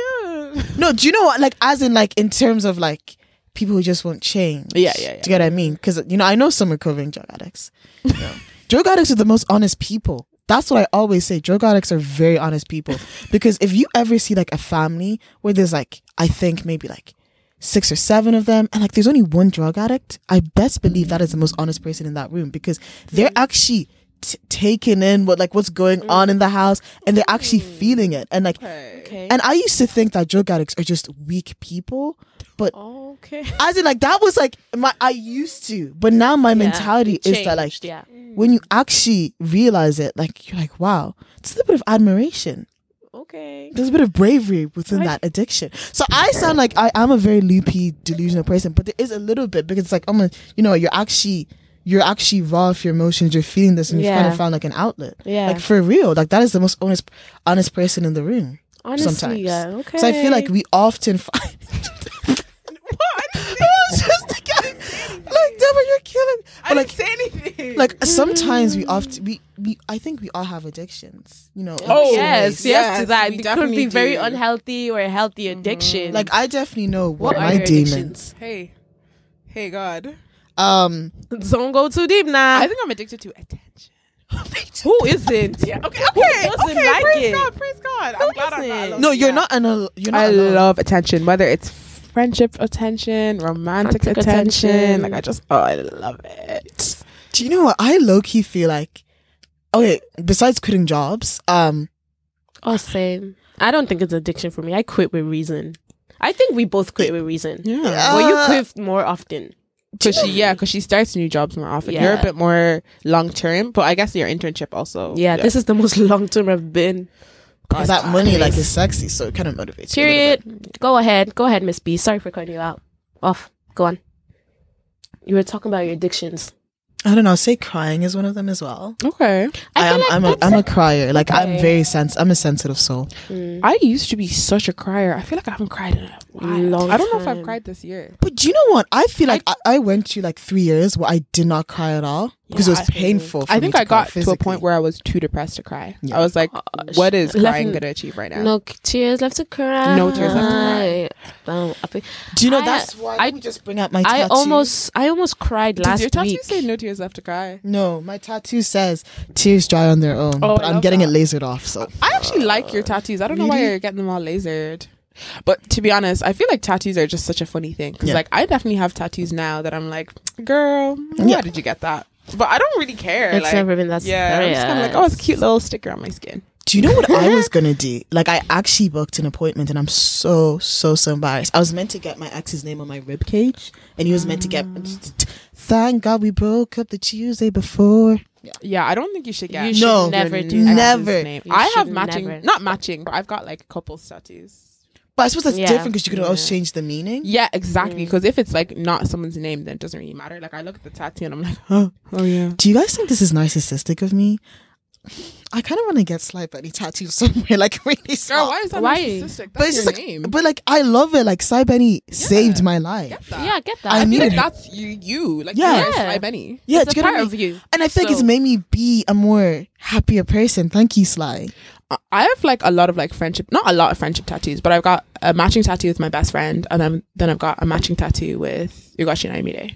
Speaker 2: yeah,
Speaker 3: no do you know what like as in like in terms of like people who just won't change
Speaker 2: Yeah, yeah, yeah.
Speaker 3: do you get what i mean because you know i know some recovering drug addicts you know. drug addicts are the most honest people that's what I always say. Drug addicts are very honest people because if you ever see like a family where there's like I think maybe like six or seven of them and like there's only one drug addict i best believe that is the most honest person in that room because they're actually t- taking in what like what's going
Speaker 2: Mm.
Speaker 3: on in the house and they're actually feeling it and like
Speaker 1: okay.
Speaker 3: and i used to think that drug addicts are just weak people but
Speaker 1: okay.
Speaker 3: as in like that was like my i used to but now my mentality is that like
Speaker 1: yeah.
Speaker 3: when you actually realize it like you're like wow it's a little bit of admiration
Speaker 1: Okay.
Speaker 3: there's a bit of bravery within
Speaker 1: Why-
Speaker 3: that addiction. So I sound like I am a very loopy, delusional person, but there is a little bit because it's like I'm a, you know, you're actually you're actually raw of your emotions. You're feeling this, and you've kind
Speaker 1: Yeah.
Speaker 3: of found like an outlet.
Speaker 1: Yeah.
Speaker 3: like for real, like that is the most honest, honest person in the room.
Speaker 1: Honestly,
Speaker 3: sometimes.
Speaker 1: yeah. Okay.
Speaker 3: So I feel like we often find.
Speaker 2: what?
Speaker 3: It was just the guy, like Deborah, you're killing.
Speaker 2: I
Speaker 3: But
Speaker 2: didn't
Speaker 3: like,
Speaker 2: say anything.
Speaker 3: like sometimes we often we we I think we all have addictions. You know. in
Speaker 2: Oh,
Speaker 1: yes,
Speaker 3: some
Speaker 1: yes,
Speaker 3: ways.
Speaker 2: yes,
Speaker 1: to that.
Speaker 2: we
Speaker 1: It could
Speaker 2: definitely
Speaker 1: be very
Speaker 2: do.
Speaker 1: unhealthy or a healthy addiction.
Speaker 3: Like I definitely know what,
Speaker 1: are
Speaker 3: my
Speaker 1: your
Speaker 3: demons.
Speaker 1: addictions?
Speaker 2: hey, hey, God,
Speaker 3: Um.
Speaker 1: don't go too deep now.
Speaker 2: I think I'm addicted to attention.
Speaker 1: Who isn't?
Speaker 2: Yeah. Okay. Okay.
Speaker 1: doesn't
Speaker 2: okay.
Speaker 1: like
Speaker 2: praise
Speaker 1: it?
Speaker 2: God. Praise God. I'm glad I'm not
Speaker 1: isn't?
Speaker 2: alone.
Speaker 3: No, you're
Speaker 1: Yeah.
Speaker 3: not an. Al- you're not.
Speaker 2: I
Speaker 3: alone.
Speaker 2: love attention, whether it's friendship attention, romantic
Speaker 1: Romantic
Speaker 2: attention.
Speaker 1: attention.
Speaker 2: Like I just, oh, I love it.
Speaker 3: Do you know what I low key feel like? Okay, besides quitting jobs, um,
Speaker 1: Oh, same. I don't think it's addiction for me. I quit with reason. I think we both quit with reason.
Speaker 2: Yeah,
Speaker 3: Yeah.
Speaker 1: Well, you
Speaker 3: Uh,
Speaker 1: quit more often.
Speaker 2: because she, yeah, because she starts new jobs more often. You're a
Speaker 1: Yeah.
Speaker 2: bit more long term, but I guess your internship also.
Speaker 3: oh,
Speaker 1: Yeah, this is the most long term I've been.
Speaker 2: God,
Speaker 3: that
Speaker 2: God,
Speaker 3: money
Speaker 2: please.
Speaker 3: like is sexy, so it kind of motivates. you a little bit.
Speaker 1: Period. Go ahead. Go ahead, Miss B. Sorry for cutting you out. Off. Go on. You were talking about your addictions.
Speaker 3: I don't know. Say crying is one of them as well.
Speaker 2: Okay,
Speaker 3: I,
Speaker 1: feel
Speaker 3: am.
Speaker 1: like
Speaker 3: I'm a.
Speaker 1: that's
Speaker 3: I'm a crier. Like I'm
Speaker 1: Okay.
Speaker 3: very sens. I'm a sensitive soul.
Speaker 1: Mm.
Speaker 2: I used to be such a crier. I feel like I haven't cried in a while.
Speaker 1: Long
Speaker 2: I don't know if I've
Speaker 1: time.
Speaker 2: cried this year.
Speaker 3: But do you know what? I feel like I, I went through like three years where I did not cry at all because
Speaker 2: Yeah,
Speaker 3: it
Speaker 2: I
Speaker 3: was
Speaker 2: feel you.
Speaker 3: painful. for
Speaker 2: I
Speaker 3: me
Speaker 2: think
Speaker 3: to
Speaker 2: I got
Speaker 3: cry
Speaker 2: to a point
Speaker 3: physically.
Speaker 2: where I was too depressed to cry.
Speaker 3: Yeah.
Speaker 2: I was like,
Speaker 1: Gosh.
Speaker 2: what is
Speaker 1: Uh, Left
Speaker 2: crying
Speaker 1: n-
Speaker 2: going to achieve right now?
Speaker 1: No c- tears left to cry.
Speaker 2: No tears left to cry.
Speaker 1: Um, I think-
Speaker 3: Do you know
Speaker 1: I-
Speaker 3: that's why?
Speaker 1: I-
Speaker 3: let me just bring out my.
Speaker 1: I
Speaker 3: tattoo.
Speaker 1: almost, I almost cried
Speaker 2: Does
Speaker 1: last
Speaker 2: your tattoo
Speaker 1: week.
Speaker 2: say no tears left to cry?
Speaker 3: No, my tattoo says tears dry on their own,
Speaker 2: Oh,
Speaker 3: but
Speaker 2: I
Speaker 3: I'm
Speaker 2: love
Speaker 3: getting
Speaker 2: that.
Speaker 3: it lasered off. So
Speaker 2: I actually like your tattoos. I don't know why
Speaker 3: really?
Speaker 2: you're getting them all lasered. But to be honest, I feel like tattoos are just such a funny thing. Because
Speaker 3: Yeah.
Speaker 2: like I definitely have tattoos now that I'm like, girl, why
Speaker 3: Yeah.
Speaker 2: did you get that? But I don't really care.
Speaker 1: It's
Speaker 2: like,
Speaker 1: never been that
Speaker 2: yeah, I'm just kind of like, oh, it's a cute little sticker on my skin.
Speaker 3: Do you know what I was gonna do? Like, I actually booked an appointment, and I'm so so so embarrassed. I was meant to get my ex's name on my rib cage, and he was meant to get.
Speaker 2: Mm.
Speaker 3: Thank God we broke up the Tuesday before.
Speaker 2: Yeah, I don't think you should get.
Speaker 1: You should
Speaker 3: No.
Speaker 1: never do
Speaker 2: your
Speaker 1: that.
Speaker 2: ex's
Speaker 3: Never.
Speaker 2: name.
Speaker 1: You
Speaker 2: I have
Speaker 1: should
Speaker 2: matching,
Speaker 1: never.
Speaker 2: not matching, but I've got like couple tattoos.
Speaker 3: But I suppose that's
Speaker 1: Yeah.
Speaker 3: different because you could always
Speaker 2: Yeah.
Speaker 3: change the meaning.
Speaker 2: Yeah, exactly.
Speaker 1: Mm.
Speaker 2: Because if it's like not someone's name, then it doesn't really matter. Like I look at the tattoo and I'm like, oh, oh yeah.
Speaker 3: Do you guys think this is narcissistic of me? I kind of want to get slight buddy tattooed somewhere, like really small.
Speaker 2: Girl, why is that
Speaker 1: Why?
Speaker 2: narcissistic? That's
Speaker 3: but it's
Speaker 2: your
Speaker 3: just like,
Speaker 2: name.
Speaker 3: but like, I love it. Like, Sly Benny saved my life.
Speaker 2: Get that.
Speaker 1: Yeah, get that.
Speaker 3: I
Speaker 2: I feel like
Speaker 3: needed her.
Speaker 2: that's you, you. Like,
Speaker 3: Yeah.
Speaker 2: yeah. you're a
Speaker 1: Yeah.
Speaker 2: Sly Benny.
Speaker 3: Yeah,
Speaker 1: it's a
Speaker 3: do you get what I
Speaker 1: part
Speaker 3: mean?
Speaker 1: of you.
Speaker 3: And I feel like it's
Speaker 1: So-
Speaker 3: made me be a more happier person. Thank you, Sly.
Speaker 2: I- I have like a lot of like friendship, not a lot of friendship tattoos, but I've got a matching tattoo with my best friend, and I'm, then I've got a matching tattoo with Ugashi Naimide.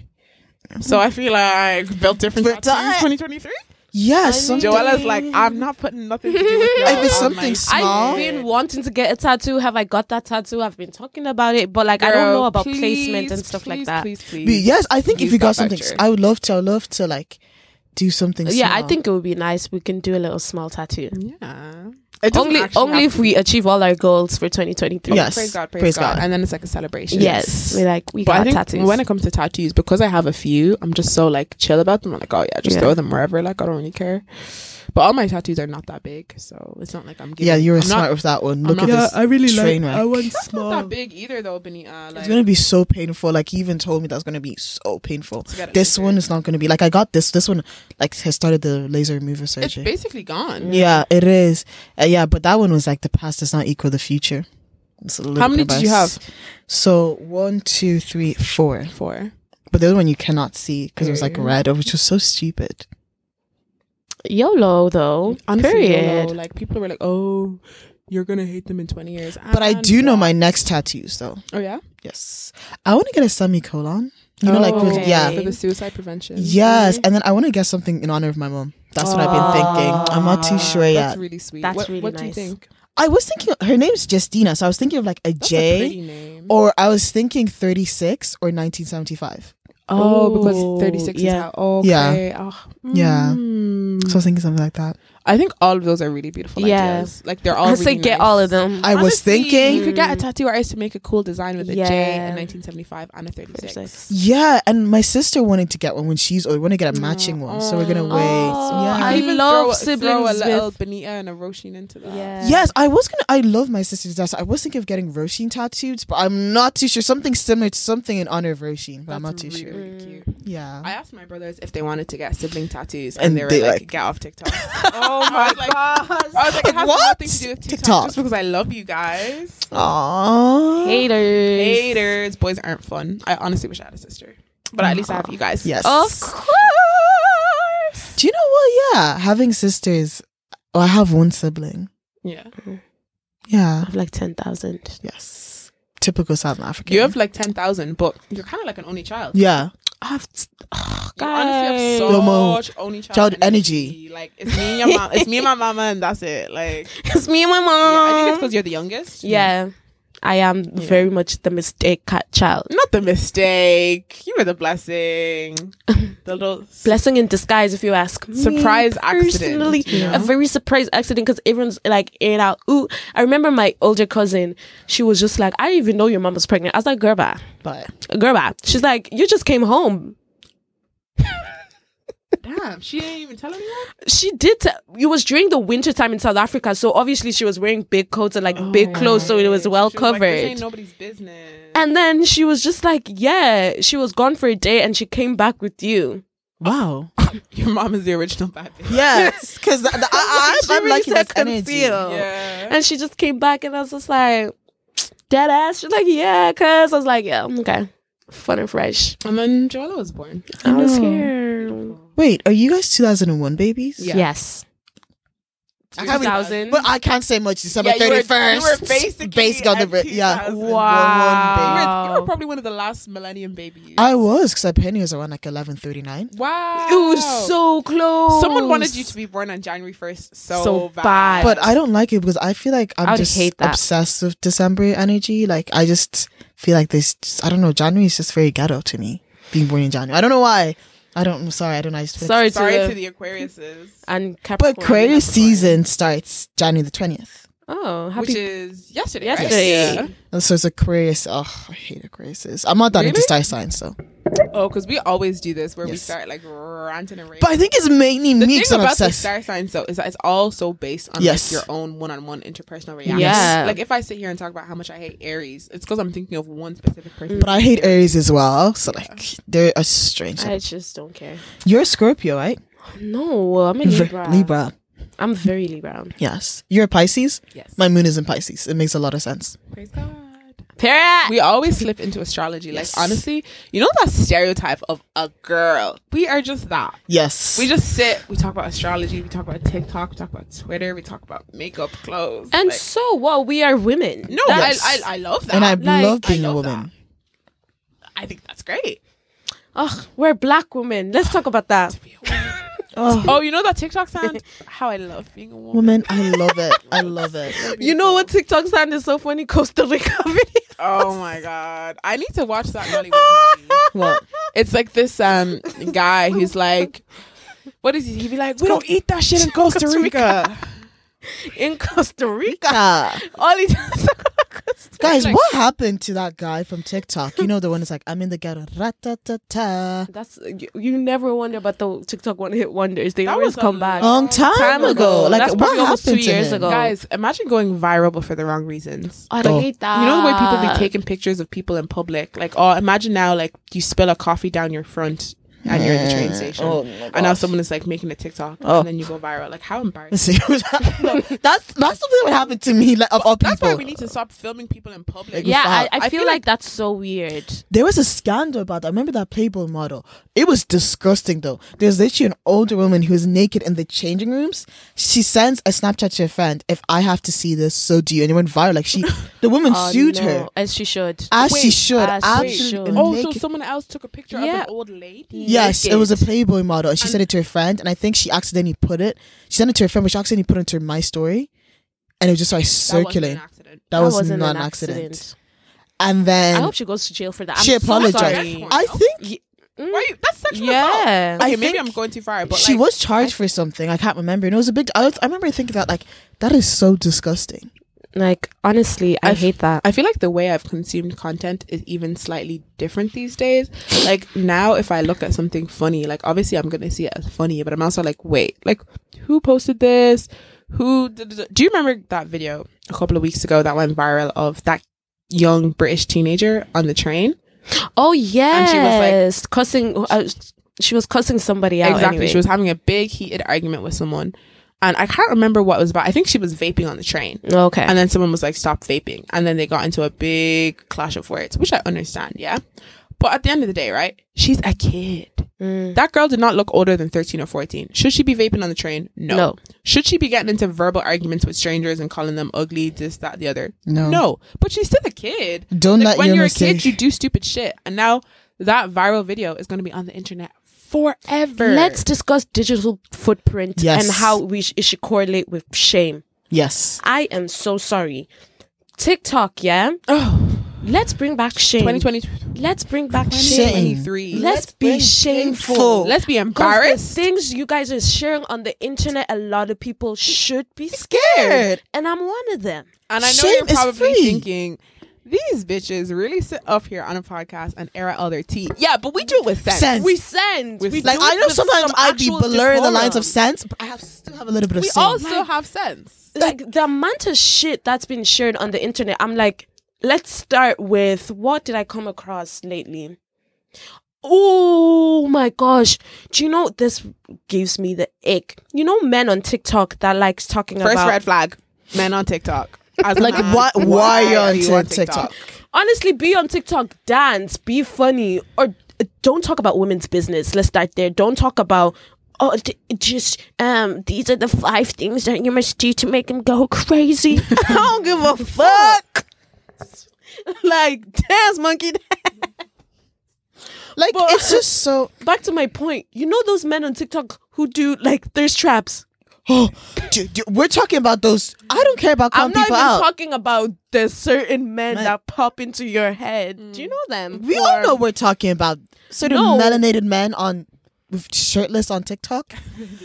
Speaker 2: So I feel like built different
Speaker 3: But
Speaker 2: tattoos
Speaker 3: that-
Speaker 2: 2023.
Speaker 3: Yeah,
Speaker 1: mean-
Speaker 3: something.
Speaker 2: Joella's like, I'm not putting nothing to do with y'all
Speaker 3: if it's
Speaker 2: on
Speaker 3: something
Speaker 2: my-
Speaker 3: small,
Speaker 1: I've been wanting to get a tattoo. Have I got that tattoo? I've been talking about it, but like I don't know
Speaker 2: Girl,
Speaker 1: about
Speaker 2: please,
Speaker 1: placement and stuff like
Speaker 2: please,
Speaker 1: that.
Speaker 2: Please, please.
Speaker 3: But yes, I think
Speaker 2: Use
Speaker 3: if you got
Speaker 2: that
Speaker 3: something,
Speaker 2: voucher.
Speaker 3: I would love to. I would love to like do something.
Speaker 1: Yeah, I
Speaker 3: small.
Speaker 1: think it would be nice. We can do a little small tattoo.
Speaker 2: Yeah. It doesn't
Speaker 1: Only,
Speaker 2: actually
Speaker 1: only
Speaker 2: have
Speaker 1: if we achieve all our goals for 2023.
Speaker 3: Yes.
Speaker 2: praise God, praise,
Speaker 3: Praise
Speaker 2: God.
Speaker 3: God.
Speaker 2: and then it's like a celebration.
Speaker 1: Yes, we're like we
Speaker 2: But I
Speaker 1: got
Speaker 2: think
Speaker 1: tattoos.
Speaker 2: when it comes to tattoos, because I have a few, I'm just so like chill about them. I'm like, oh yeah, just
Speaker 1: Yeah.
Speaker 2: throw them wherever. Like I don't really care. But all my tattoos are not that big, so it's not like I'm. Giving,
Speaker 3: Yeah, you were
Speaker 2: I'm
Speaker 3: smart
Speaker 2: Not,
Speaker 3: with that one.
Speaker 2: I'm
Speaker 3: Look
Speaker 2: not-
Speaker 3: at this.
Speaker 4: really
Speaker 3: train wreck.
Speaker 4: want
Speaker 2: it's not that big either, though, Benita. Like,
Speaker 3: It's gonna be so painful. Like he even told me that's gonna be so painful.
Speaker 2: to get it
Speaker 3: This
Speaker 2: lasered.
Speaker 3: one is not gonna be like I got this. This one like has started the laser remover
Speaker 2: It's
Speaker 3: surgery.
Speaker 2: basically gone.
Speaker 3: yeah, it is. Uh, yeah, but that one was like the past does not equal the future. It's a little
Speaker 2: How many
Speaker 3: bit
Speaker 2: did you
Speaker 3: biased.
Speaker 2: have?
Speaker 3: So one, two, three, four.
Speaker 2: Four.
Speaker 3: But the other one you cannot see because it was like
Speaker 2: Period.
Speaker 3: red, which was so stupid.
Speaker 1: YOLO though,
Speaker 2: Honestly,
Speaker 1: period.
Speaker 2: YOLO, like people were like, "Oh, you're gonna hate them in 20 years."
Speaker 3: But I
Speaker 2: And
Speaker 3: do know
Speaker 2: why?
Speaker 3: my next tattoos though.
Speaker 2: Oh yeah.
Speaker 3: Yes, I want to get a semicolon. You know, like with,
Speaker 1: Okay.
Speaker 3: yeah,
Speaker 2: for the suicide prevention. Mm-hmm.
Speaker 3: yes, and then I want to get something in honor of my mom. That's what I've been thinking. I'm not too sure yet.
Speaker 2: That's really sweet.
Speaker 1: That's
Speaker 2: what,
Speaker 1: really
Speaker 2: what do you
Speaker 1: nice.
Speaker 2: think?
Speaker 3: I was thinking her name's Justina, so I was thinking of like a J,
Speaker 2: That's a pretty name.
Speaker 1: Oh,
Speaker 3: or I was thinking 36 or 1975.
Speaker 2: Oh,
Speaker 1: Oh,
Speaker 2: because 36
Speaker 1: yeah.
Speaker 2: is how. Okay. Oh,
Speaker 3: Yeah.
Speaker 2: mm.
Speaker 3: So I was thinking something like that.
Speaker 2: I think all of those are really beautiful
Speaker 1: hmm. Yeah.
Speaker 2: ideas. Like they're all.
Speaker 1: I say
Speaker 2: really
Speaker 1: get
Speaker 2: nice.
Speaker 1: all of them.
Speaker 3: I was
Speaker 2: Honestly, You
Speaker 3: thinking,
Speaker 2: could get a tattoo artist to make a cool design with a J
Speaker 1: Yeah.
Speaker 2: and 1975 and a 36.
Speaker 3: yeah, and my sister wanted to get one when she's old. We want to get a matching
Speaker 2: Oh.
Speaker 3: one, so we're gonna wait.
Speaker 1: Oh,
Speaker 3: yeah.
Speaker 1: I
Speaker 2: You could even
Speaker 1: love
Speaker 2: throw, Throw a
Speaker 1: siblings
Speaker 2: little
Speaker 1: with-
Speaker 2: Benita and a Roshin into that.
Speaker 1: Yeah.
Speaker 3: Yes, I was gonna. I love my sister's tattoo. I was thinking of getting Roshin tattooed, but I'm not too sure. Something similar to something in honor of Roshin, but
Speaker 2: That's
Speaker 3: I'm not too
Speaker 2: really,
Speaker 3: sure.
Speaker 1: Mm.
Speaker 2: really cute.
Speaker 3: Yeah.
Speaker 2: I asked my brothers if they wanted to get sibling tattoos, and,
Speaker 3: And
Speaker 2: they were
Speaker 3: they
Speaker 2: like,
Speaker 3: like-
Speaker 2: "Get off TikTok." oh my gosh! I was like, "It has
Speaker 3: What?
Speaker 2: nothing to do with TikTok,
Speaker 3: TikTok.
Speaker 2: just because I love you guys."
Speaker 3: Aww.
Speaker 1: Haters.
Speaker 2: Haters, boys aren't fun. I honestly wish I had a sister, but at least I have you guys.
Speaker 3: Yes.
Speaker 1: Of course.
Speaker 3: Do you know what? Yeah, having sisters. Oh, I have one sibling.
Speaker 2: yeah.
Speaker 3: Yeah.
Speaker 1: I have like ten thousand.
Speaker 3: Yes. Typical South African.
Speaker 2: You have like ten thousand, but you're kind of like an only child.
Speaker 3: Yeah.
Speaker 1: I have. T- oh,
Speaker 2: You honestly
Speaker 1: guys.
Speaker 2: have so
Speaker 3: Yomo.
Speaker 2: much only child,
Speaker 3: Child
Speaker 2: Like it's me and your mom. It's me and my mama, and that's it. Like
Speaker 1: It's me and my
Speaker 2: yeah, I think
Speaker 1: mom.
Speaker 2: it's because you're the youngest.
Speaker 1: yeah, I am very much the mistake cat child.
Speaker 2: Not the mistake. You were the blessing. The little
Speaker 1: blessing in disguise if you ask me
Speaker 2: Surprise accident,
Speaker 1: personally
Speaker 2: you
Speaker 1: a very surprise accident because everyone's like in out ooh i remember my older cousin she was just like i didn't even know your mom was pregnant i was like gerba
Speaker 3: But
Speaker 1: gerba she's like you just came home
Speaker 2: Damn, she didn't even tell anyone.
Speaker 1: she did t- it was during the winter time in south africa so obviously she was wearing big coats and like big clothes so it was well
Speaker 2: Oh, She was like,
Speaker 1: covered
Speaker 2: this ain't nobody's business.
Speaker 1: and then she was just like yeah she was gone for a day and she came back with you
Speaker 3: wow.
Speaker 2: your mom is the original bad bitch.
Speaker 3: Yes, because I, I,
Speaker 1: She
Speaker 3: I'm
Speaker 1: really
Speaker 3: liking
Speaker 1: said
Speaker 3: this energy.
Speaker 1: conceal.
Speaker 2: Yeah.
Speaker 1: and she just came back and I was just like dead ass she's like yeah cuz I was like yeah okay fun and fresh
Speaker 2: And then Joella was born.
Speaker 1: I was
Speaker 3: Oh.
Speaker 1: here
Speaker 3: Wait, are you guys 2001 babies?
Speaker 2: Yeah.
Speaker 1: yes
Speaker 3: I haven't-
Speaker 1: 2000
Speaker 3: But I can't say much. December
Speaker 2: Yeah, you were-
Speaker 3: 31st.
Speaker 2: you were basically
Speaker 3: based on the
Speaker 2: at
Speaker 3: re- yeah.
Speaker 2: 2001
Speaker 1: Wow.
Speaker 3: baby.
Speaker 2: You, were, you were probably one of the last millennium babies.
Speaker 3: Oh. I was because I penny was around like 11:39.
Speaker 2: wow.
Speaker 1: it was so close
Speaker 2: Someone wanted you to be born on January 1st so,
Speaker 1: So
Speaker 2: bad.
Speaker 1: bad.
Speaker 3: But I don't like it because I feel like I'm
Speaker 1: I would
Speaker 3: just
Speaker 1: hate that.
Speaker 3: obsessed with December energy. Like I just feel like this. I don't know. January is just very ghetto to me. Being born in January, I don't know why. I don't. I'm sorry, I don't. know. I just feel like-
Speaker 1: sorry,
Speaker 2: Sorry
Speaker 1: to,
Speaker 2: to
Speaker 1: the,
Speaker 2: the Aquariuses.
Speaker 1: and Capricorn
Speaker 3: But Aquarius
Speaker 1: Capricorn.
Speaker 3: season starts January the 20th.
Speaker 1: oh happy
Speaker 2: Which is yesterday. right?
Speaker 1: yesterday
Speaker 2: Yeah.
Speaker 3: And so it's Aquarius. Oh, I hate Aquariuses. I'm not that into
Speaker 2: Really?
Speaker 3: star signs though.
Speaker 2: Oh, because we always do this where we
Speaker 3: Yes.
Speaker 2: start like ranting and raving.
Speaker 3: But I think it's mainly
Speaker 2: the
Speaker 3: me
Speaker 2: thing
Speaker 3: because I'm
Speaker 2: about the
Speaker 3: obsessed.
Speaker 2: star signs though is that it's also based on like,
Speaker 3: Yes.
Speaker 2: your own one-on-one interpersonal reactions.
Speaker 1: Yeah.
Speaker 2: Like if I sit here and talk about how much I hate Aries, it's because I'm thinking of one specific person.
Speaker 3: But I hate Aries as well. So like they're a strange.
Speaker 1: I just don't care
Speaker 3: You're a Scorpio, right?
Speaker 1: no I'm a Libra
Speaker 3: Libra.
Speaker 1: I'm very Libra
Speaker 3: Yes. You're a Pisces.
Speaker 2: Yes.
Speaker 3: My moon is in Pisces. It makes a lot of sense.
Speaker 2: Praise God.
Speaker 1: Period.
Speaker 2: We always slip into astrology.
Speaker 3: Yes.
Speaker 2: Like honestly, you know that stereotype of a girl. We are just that.
Speaker 3: Yes.
Speaker 2: We just sit. We talk about astrology. We talk about TikTok. We talk about Twitter. We talk about makeup, clothes.
Speaker 1: and
Speaker 2: like-
Speaker 1: so what we are women
Speaker 2: no,
Speaker 1: That-
Speaker 3: Yes.
Speaker 2: I, I I love that.
Speaker 3: and I
Speaker 1: like,
Speaker 3: love being
Speaker 2: I
Speaker 3: a
Speaker 2: love
Speaker 3: woman.
Speaker 2: I think that's great.
Speaker 1: ugh, we're black women let's talk about that
Speaker 2: To be a woman.
Speaker 3: Oh,
Speaker 2: Oh, you know that TikTok sound? How I love being a woman.
Speaker 3: woman, I love it. I love it.
Speaker 1: You know what TikTok sound is so funny? Costa Rica video.
Speaker 2: Oh my god. I need to watch that Nollywood movie.
Speaker 3: What?
Speaker 2: It's like this um guy who's like what is he? He'd be like, We don't eat that shit in Costa Rica.
Speaker 1: in Costa Rica.
Speaker 3: Yeah.
Speaker 1: All he does Costa
Speaker 3: Guys,
Speaker 1: Rica.
Speaker 3: what happened to that guy from TikTok? You know the one that's like, I'm in the ghetto. Ra-ta-ta-ta.
Speaker 1: That's you, you never wonder about the TikTok one hit wonders. They
Speaker 2: That
Speaker 1: always
Speaker 2: was a
Speaker 1: come back.
Speaker 3: Long time,
Speaker 1: Time
Speaker 3: ago.
Speaker 1: ago.
Speaker 3: Like,
Speaker 1: That's
Speaker 3: what
Speaker 1: probably
Speaker 3: happened
Speaker 1: almost
Speaker 3: to
Speaker 1: two years
Speaker 3: him?
Speaker 1: ago.
Speaker 2: Guys, imagine going viral but for the wrong reasons.
Speaker 1: I
Speaker 3: Oh.
Speaker 1: hate that.
Speaker 2: You know the way
Speaker 3: Ah.
Speaker 2: people be taking pictures of people in public? Like, oh imagine now like you spill a coffee down your front and you're in the
Speaker 3: Mm.
Speaker 2: train station. and now someone is like making a TikTok
Speaker 3: Oh.
Speaker 2: and then you go viral. Like how embarrassing.
Speaker 3: Let's see. No, that's that's something that would happen to me. Like of all
Speaker 2: That's why
Speaker 3: people,
Speaker 2: we need to stop filming people in public.
Speaker 1: Yeah, I, I,
Speaker 2: I
Speaker 1: feel,
Speaker 2: feel
Speaker 1: like,
Speaker 2: like-
Speaker 1: that's so weird.
Speaker 3: there was a scandal about that. Remember that Playboy model? It was disgusting though. There's literally an older woman who is naked in the changing rooms. She sends a Snapchat to her friend. If I have to see this, so do you. And it went viral. Like she, the woman
Speaker 1: Oh,
Speaker 3: sued
Speaker 1: no.
Speaker 3: her
Speaker 1: as she should.
Speaker 3: as she
Speaker 2: Wait,
Speaker 3: should.
Speaker 1: as she
Speaker 3: absolutely.
Speaker 1: should.
Speaker 2: Oh, so
Speaker 3: naked.
Speaker 2: someone else took a picture
Speaker 1: Yeah.
Speaker 2: of an old lady?
Speaker 3: Yes, it was a
Speaker 1: naked.
Speaker 3: Playboy model, and she sent it to her friend, and I think she accidentally put it. She sent it to her friend, but she accidentally put it into my story, and it just started circulating.
Speaker 2: That wasn't an accident.
Speaker 3: That, was not an accident. And
Speaker 1: I
Speaker 3: then
Speaker 1: hope she goes to jail for that.
Speaker 3: she
Speaker 1: I'm so
Speaker 3: apologized.
Speaker 1: sorry.
Speaker 3: I think
Speaker 1: Mm.
Speaker 2: Why you, that's sexual assault.
Speaker 1: Yeah.
Speaker 3: I
Speaker 2: Okay, maybe
Speaker 3: think
Speaker 2: I'm going too far, but
Speaker 3: she
Speaker 2: like,
Speaker 3: was charged for something. I can't remember, and it was a big. I, was- I remember thinking that like that is so disgusting.
Speaker 1: Like honestly, I,
Speaker 2: I f-
Speaker 1: hate that.
Speaker 2: I feel like the way I've consumed content is even slightly different these days. Like now, if I look at something funny, like obviously I'm gonna see it as funny, but I'm also like, wait, like who posted this? Who did, did- do you remember that video a couple of weeks ago that went viral of that young British teenager on the train?
Speaker 1: oh yes,
Speaker 2: she was, like-
Speaker 1: cussing. Uh, she was cussing somebody out.
Speaker 2: exactly.
Speaker 1: anyway.
Speaker 2: She was having a big heated argument with someone, and I can't remember what it was about. I think she was vaping on the train.
Speaker 1: Oh, okay.
Speaker 2: And then someone was like, stop vaping. And then they got into a big clash of words, which I understand, yeah. But at the end of the day, right? She's a kid.
Speaker 1: Mm.
Speaker 2: That girl did not look older than 13 or 14. Should she be vaping on the train? No.
Speaker 1: No.
Speaker 2: Should she be getting into verbal arguments with strangers and calling them ugly, this, that, the other?
Speaker 3: No,
Speaker 2: No. But she's still a kid.
Speaker 3: Don't
Speaker 2: Like,
Speaker 3: let
Speaker 2: when
Speaker 3: your
Speaker 2: you're a
Speaker 3: mistake-
Speaker 2: kid, you do stupid shit. And now that viral video is going to be on the internet forever.
Speaker 1: Let's discuss digital footprint
Speaker 3: Yes.
Speaker 1: and how we sh- it should correlate with shame.
Speaker 3: Yes,
Speaker 1: I am so sorry. TikTok, yeah.
Speaker 2: Oh,
Speaker 1: Let's bring back shame.
Speaker 2: 2020,
Speaker 1: Let's bring back
Speaker 3: Shame.
Speaker 1: shame.
Speaker 2: 2023.
Speaker 1: Let's, be
Speaker 3: bring shameful.
Speaker 1: shameful.
Speaker 2: Let's be
Speaker 1: 'Cause
Speaker 2: embarrassed.
Speaker 1: The things you guys are sharing on the internet, a lot of people should be scared.
Speaker 3: scared.
Speaker 1: And I'm one of them.
Speaker 2: And I know
Speaker 3: Shame
Speaker 2: you're
Speaker 3: is
Speaker 2: probably
Speaker 3: free.
Speaker 2: thinking, these bitches really sit up here on a podcast and air out all their tea. Yeah, but we do it with sense.
Speaker 3: Sense.
Speaker 1: We send.
Speaker 2: With-
Speaker 1: We
Speaker 3: Like
Speaker 1: do
Speaker 3: I
Speaker 1: it
Speaker 3: know
Speaker 1: with
Speaker 3: sometimes
Speaker 1: some
Speaker 3: I'd be
Speaker 1: actual
Speaker 3: blurring the lines of
Speaker 1: decorum.
Speaker 3: sense, but I have still have a little bit of
Speaker 2: we
Speaker 3: sense.
Speaker 2: all still have sense.
Speaker 1: like the amount of shit that's been shared on the internet, I'm like, let's start with what did I come across lately? Oh my gosh. Do you know this gives me the ick? You know men on TikTok that likes talking
Speaker 2: First
Speaker 1: about
Speaker 2: red flag, men on TikTok. As a
Speaker 3: Like,
Speaker 2: man,
Speaker 3: why- why are you on TikTok?
Speaker 1: honestly be on TikTok, dance, be funny, or uh, don't talk about women's business. Let's start there. Don't talk about oh d- just um these are the five things that you must do to make them go crazy. I don't give a fuck. like dance monkey.
Speaker 3: like
Speaker 1: But-
Speaker 3: it's just so.
Speaker 1: Back to my point. You know those men on TikTok who do like thirst traps.
Speaker 3: Oh, d- d- we're talking about those. I don't care about
Speaker 1: I'm
Speaker 3: calling
Speaker 1: not
Speaker 3: people
Speaker 1: even
Speaker 3: out.
Speaker 1: talking about the certain men
Speaker 3: Men. Mm.
Speaker 1: that pop into your head. Do you know them?
Speaker 3: we all
Speaker 1: Or-
Speaker 3: know we're talking about certain
Speaker 1: No.
Speaker 3: melanated men on with shirtless on TikTok,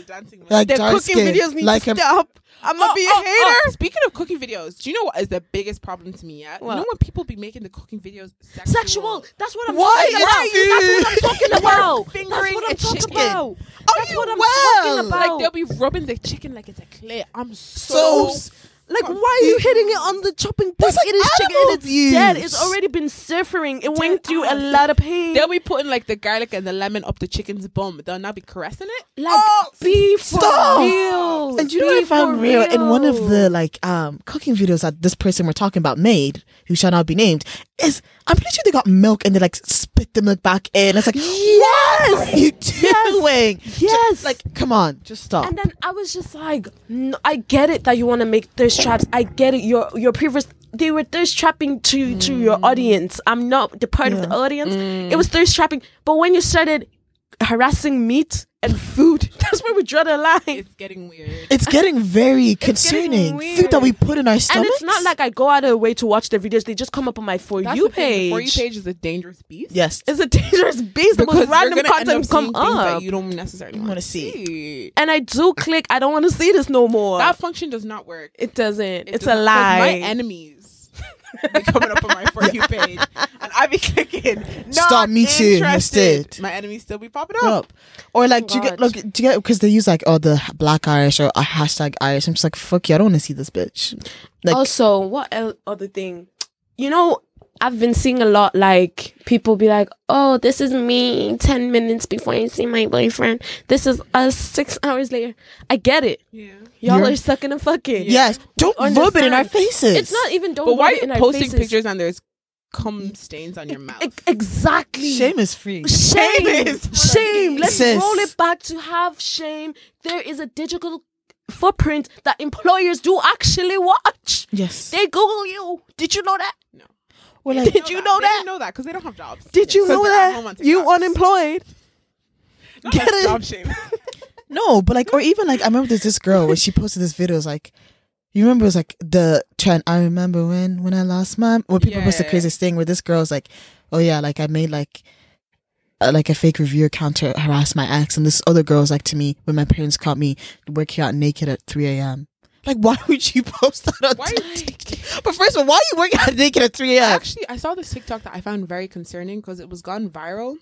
Speaker 2: Like,
Speaker 3: like
Speaker 1: their
Speaker 3: dark
Speaker 1: cooking
Speaker 3: skin,
Speaker 1: videos need
Speaker 3: like
Speaker 1: to
Speaker 3: a-
Speaker 1: stop. I'm gonna be a hater.
Speaker 2: Oh, Speaking of cooking videos, do you know what is the biggest problem to me? Yeah,
Speaker 1: What?
Speaker 2: you know when people be making the cooking videos sexual.
Speaker 1: Sexual. That's what I'm
Speaker 3: Why
Speaker 1: talking
Speaker 3: is
Speaker 1: about.
Speaker 3: it-
Speaker 1: That's what I'm talking about. That's
Speaker 2: fingering
Speaker 1: what
Speaker 2: a
Speaker 1: I'm talking
Speaker 2: chicken.
Speaker 1: about. That's
Speaker 3: you
Speaker 1: what I'm
Speaker 3: well?
Speaker 1: talking about.
Speaker 2: Like they'll be rubbing the chicken like it's a clay. I'm so.
Speaker 3: so.
Speaker 1: Like, why are you hitting it on the chopping board?
Speaker 3: That's like
Speaker 1: it is chicken.
Speaker 3: animal
Speaker 1: It is dead.
Speaker 3: abuse.
Speaker 1: It's already been suffering. It went through a
Speaker 2: ass.
Speaker 1: lot of pain.
Speaker 2: They'll be putting like the garlic and the lemon up the chicken's bum. They'll now be caressing it.
Speaker 1: like,
Speaker 2: Oh,
Speaker 1: be for
Speaker 3: stop.
Speaker 1: real.
Speaker 3: And you know what I
Speaker 1: Be
Speaker 3: found
Speaker 1: for
Speaker 3: real in one of
Speaker 1: real.
Speaker 3: the like um cooking videos that this person we're talking about made, who shall not be named, is I'm pretty sure they got milk and they like spit the milk back in. It's like yes, what are you doing? Ju-
Speaker 1: Yes.
Speaker 3: like come on, just stop.
Speaker 1: And then I was just like, "N- I get it that you want to make thirst traps. I get it. Your your previous they were thirst trapping to to your
Speaker 2: Mm.
Speaker 1: audience. I'm not the part of the audience. It was thirst trapping. But when you started harassing meat and food, that's when we draw the line?
Speaker 2: It's getting weird.
Speaker 3: It's getting very
Speaker 1: getting
Speaker 3: concerning. Food that we put in our
Speaker 1: And
Speaker 3: stomachs.
Speaker 1: it's not like I go out of the way to watch the videos. They just come up on my For You page.
Speaker 2: For you page is a dangerous beast.
Speaker 3: yes,
Speaker 1: It's a dangerous beast. The most
Speaker 2: you're
Speaker 1: random
Speaker 2: gonna end
Speaker 1: content come
Speaker 2: seeing things
Speaker 1: up.
Speaker 2: that you don't necessarily
Speaker 3: wanna
Speaker 2: want to
Speaker 3: see.
Speaker 2: see.
Speaker 1: and I do click. I don't want to see this no more.
Speaker 2: That function does not work.
Speaker 1: it doesn't.
Speaker 2: It
Speaker 1: it's
Speaker 2: does
Speaker 1: a lie.
Speaker 2: not- 'cause My enemies be coming up on my for you page, and I be clicking. Not
Speaker 3: Stop me too,
Speaker 2: interested.
Speaker 3: instead.
Speaker 2: My enemies still be popping up.
Speaker 3: up. Or like, do you get
Speaker 1: Oh God.
Speaker 3: look? Do you get because they use like oh the h- black Irish or a hashtag Irish? I'm just like fuck you. I don't want to see this bitch. Like
Speaker 1: also, what el- other thing? You know, I've been seeing a lot like people be like, "Oh, this is me 10 minutes before I see my boyfriend. This is us 6 hours later." I get it.
Speaker 2: Yeah.
Speaker 1: Y'all
Speaker 3: You're-
Speaker 1: are sucking and fucking.
Speaker 3: yes, don't rub it in
Speaker 1: Understand.
Speaker 3: our faces.
Speaker 1: It's not even don't
Speaker 2: But
Speaker 1: rub
Speaker 2: why are
Speaker 1: it
Speaker 2: you
Speaker 1: in our
Speaker 2: posting
Speaker 1: faces.
Speaker 2: pictures and there's cum stains on your mouth?
Speaker 1: E- exactly.
Speaker 3: shame is free.
Speaker 1: Shame.
Speaker 2: Shame
Speaker 1: Shame.
Speaker 2: is-
Speaker 1: Let's
Speaker 3: Sis.
Speaker 1: roll it back to have shame. There is a digital footprint that employers do actually watch.
Speaker 3: Yes,
Speaker 1: They Google you. Did you know that?
Speaker 3: we're like
Speaker 1: Did you know
Speaker 2: They
Speaker 1: that?
Speaker 2: didn't know that because they don't have jobs.
Speaker 1: Did you
Speaker 2: 'Cause
Speaker 1: know
Speaker 2: they're at home on
Speaker 1: that? You
Speaker 2: TikTok.
Speaker 1: unemployed.
Speaker 2: Not
Speaker 3: Get
Speaker 2: that's
Speaker 3: it?
Speaker 2: job shame.
Speaker 3: no, but like or even like I remember there's this girl when she posted this video. It was like. You remember it was like the trend. I remember when when I lost my when people post the
Speaker 2: Yeah.
Speaker 3: craziest thing where this girl was like, oh yeah, like I made like uh, like a fake review account to harass my ex, and this other girl was like to me when my parents caught me working out naked at 3 a.m. Like, why would you post that on
Speaker 2: Why are you-
Speaker 3: TikTok? But first of all, why are you working out naked at 3 a.m.?
Speaker 2: Actually, I saw this TikTok that I found very concerning because it was gone viral.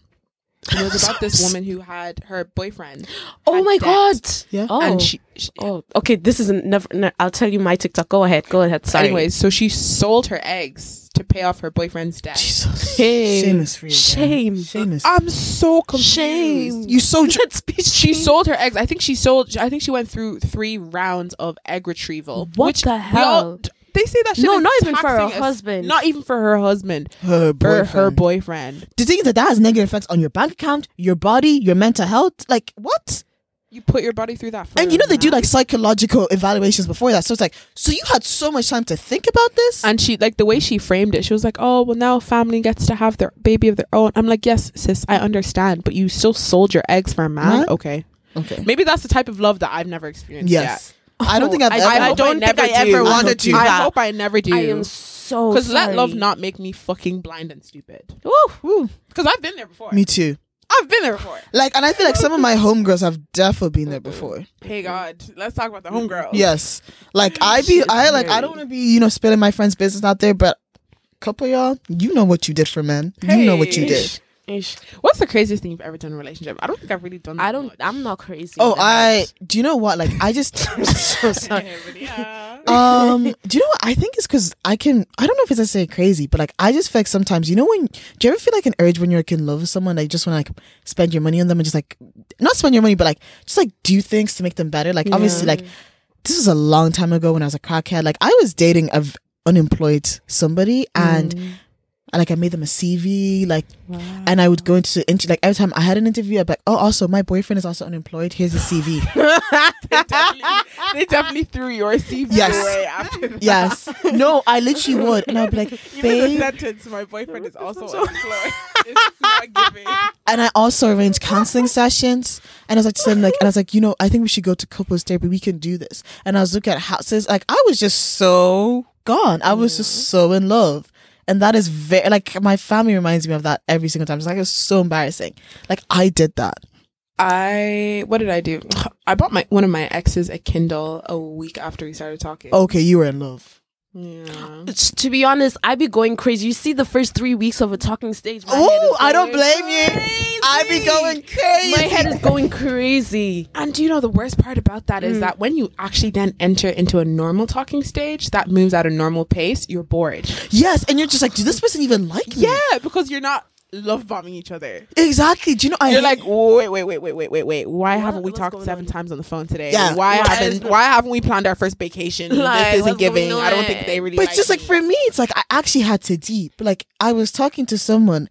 Speaker 2: It was about this woman who had her boyfriend.
Speaker 1: Oh
Speaker 2: had
Speaker 1: my
Speaker 2: debt,
Speaker 1: god.
Speaker 3: Yeah.
Speaker 1: Oh.
Speaker 2: And she, she
Speaker 1: oh. Okay. This is n- never. No, I'll tell you my TikTok. Go ahead. Go ahead. Sorry.
Speaker 2: anyways, so she sold her eggs to pay off her boyfriend's debt.
Speaker 3: Jesus.
Speaker 1: Shame.
Speaker 3: Shame is free. again.
Speaker 1: Shame.
Speaker 3: Shame is
Speaker 2: I'm so confused.
Speaker 1: Shame.
Speaker 3: You so dr-
Speaker 1: Let's be
Speaker 2: She
Speaker 1: shame.
Speaker 2: sold her eggs. I think she sold. I think she went through three rounds of egg retrieval.
Speaker 1: What
Speaker 2: which
Speaker 1: the
Speaker 2: we all-
Speaker 1: hell?
Speaker 2: they say that shit
Speaker 1: No,
Speaker 2: is
Speaker 1: not even for her
Speaker 2: taxing as-
Speaker 1: husband.
Speaker 2: Not even for her husband.
Speaker 3: her
Speaker 2: For
Speaker 3: boyfriend.
Speaker 2: her boyfriend.
Speaker 3: the thing is that that has negative effects on your bank account, your body, your mental health. Like what?
Speaker 2: You put your body through that. For
Speaker 3: And you know they do
Speaker 2: nothing.
Speaker 3: like psychological evaluations before that. So it's like, so you had so much time to think about this.
Speaker 2: And she like the way she framed it, she was like, "Oh, well now family gets to have their baby of their own." I'm like, "Yes, sis, I understand, but you still sold your eggs for a man."
Speaker 3: Man?
Speaker 2: Okay.
Speaker 3: okay.
Speaker 2: Maybe that's the type of love that I've never experienced
Speaker 3: Yes. I don't think I've
Speaker 1: I-
Speaker 3: ever.
Speaker 2: yet.
Speaker 1: I
Speaker 2: hope
Speaker 1: don't think
Speaker 2: never
Speaker 1: I ever
Speaker 2: do.
Speaker 3: wanna
Speaker 2: hope
Speaker 3: do
Speaker 2: I
Speaker 1: that.
Speaker 2: hope I never do.
Speaker 1: I am so.
Speaker 2: Cause let love
Speaker 1: sorry.
Speaker 2: not make me fucking blind and stupid.
Speaker 1: Woo.
Speaker 3: Woo.
Speaker 2: Because I've been there before.
Speaker 3: Me too.
Speaker 2: I've been there before.
Speaker 3: Like, and I feel like some of my homegirls have definitely been there before.
Speaker 2: Hey God, let's talk about the homegirl.
Speaker 3: Yes. Like I be, I like, I don't want to be, you know, spilling my friend's business out there, but couple y'all, you know what you did for men. You know what you
Speaker 2: Hey.
Speaker 3: did.
Speaker 1: Ish.
Speaker 2: What's the craziest thing you've ever done in a relationship? I don't think I've really done. That
Speaker 1: I don't.
Speaker 2: much.
Speaker 1: I'm not crazy.
Speaker 3: Oh,
Speaker 1: That
Speaker 3: I.
Speaker 1: much.
Speaker 3: Do you know what? Like, I just.
Speaker 1: so sorry.
Speaker 2: Yeah, but yeah.
Speaker 3: um do you know what i think it's because i can i don't know if it's necessarily crazy but like i just feel like sometimes you know when do you ever feel like an urge when you're like in love with someone like just want to like spend your money on them and just like not spend your money but like just like do things to make them better like obviously like this was a long time ago when i was a crackhead like i was dating a v- unemployed somebody and
Speaker 2: Mm.
Speaker 3: and, like I made them a CV, like,
Speaker 2: Oh,
Speaker 3: and I would go into inter- like every time I had an interview, I'd be like, oh, also my boyfriend is also unemployed. Here's his CV.
Speaker 2: they, definitely, they definitely threw your CV
Speaker 3: Yes.
Speaker 2: away after that.
Speaker 3: yes, no, I literally would, and I'd be like,
Speaker 2: Even the
Speaker 3: babe,
Speaker 2: sentence, my boyfriend is also unemployed. It's not giving.
Speaker 3: and I also arranged counseling sessions. And I was like, to them, like, and I was like, you know, I think we should go to couples therapy. We can do this. And I was looking at houses. Like, I was just so gone. I was just so in love. And that is very like my family reminds me of that every single time. It's like it's so embarrassing. Like I did that.
Speaker 2: I what did I do? I bought my one of my exes a Kindle a week after we started talking.
Speaker 3: Okay, you were in love.
Speaker 2: yeah.
Speaker 1: It's- To be honest, I be going crazy. You see the first three weeks of a talking stage. my head is
Speaker 3: Oh, I don't
Speaker 1: going
Speaker 3: blame you. I be going crazy.
Speaker 1: My head is going crazy.
Speaker 2: And do you know the worst part about that is that when you actually then enter into a normal talking stage that moves at a normal pace, you're bored.
Speaker 3: yes, and you're just like, did this person even like me?
Speaker 2: Yeah, because you're not love bombing each other.
Speaker 3: exactly. Do you know? I
Speaker 2: You're
Speaker 3: hate-
Speaker 2: like, wait, wait, wait, wait, wait, wait, wait. Why haven't we
Speaker 1: what's
Speaker 2: talked
Speaker 1: going
Speaker 2: seven
Speaker 1: on?
Speaker 2: times on the phone today?
Speaker 3: Yeah.
Speaker 2: Why
Speaker 1: Why is
Speaker 2: haven't
Speaker 1: the-
Speaker 2: Why haven't we planned our first vacation?
Speaker 1: Like,
Speaker 2: this isn't
Speaker 1: what's going
Speaker 2: giving. I don't
Speaker 1: on?
Speaker 2: think they really.
Speaker 3: But just like
Speaker 2: me.
Speaker 3: for me, it's like I actually had to deep. Like I was talking to someone,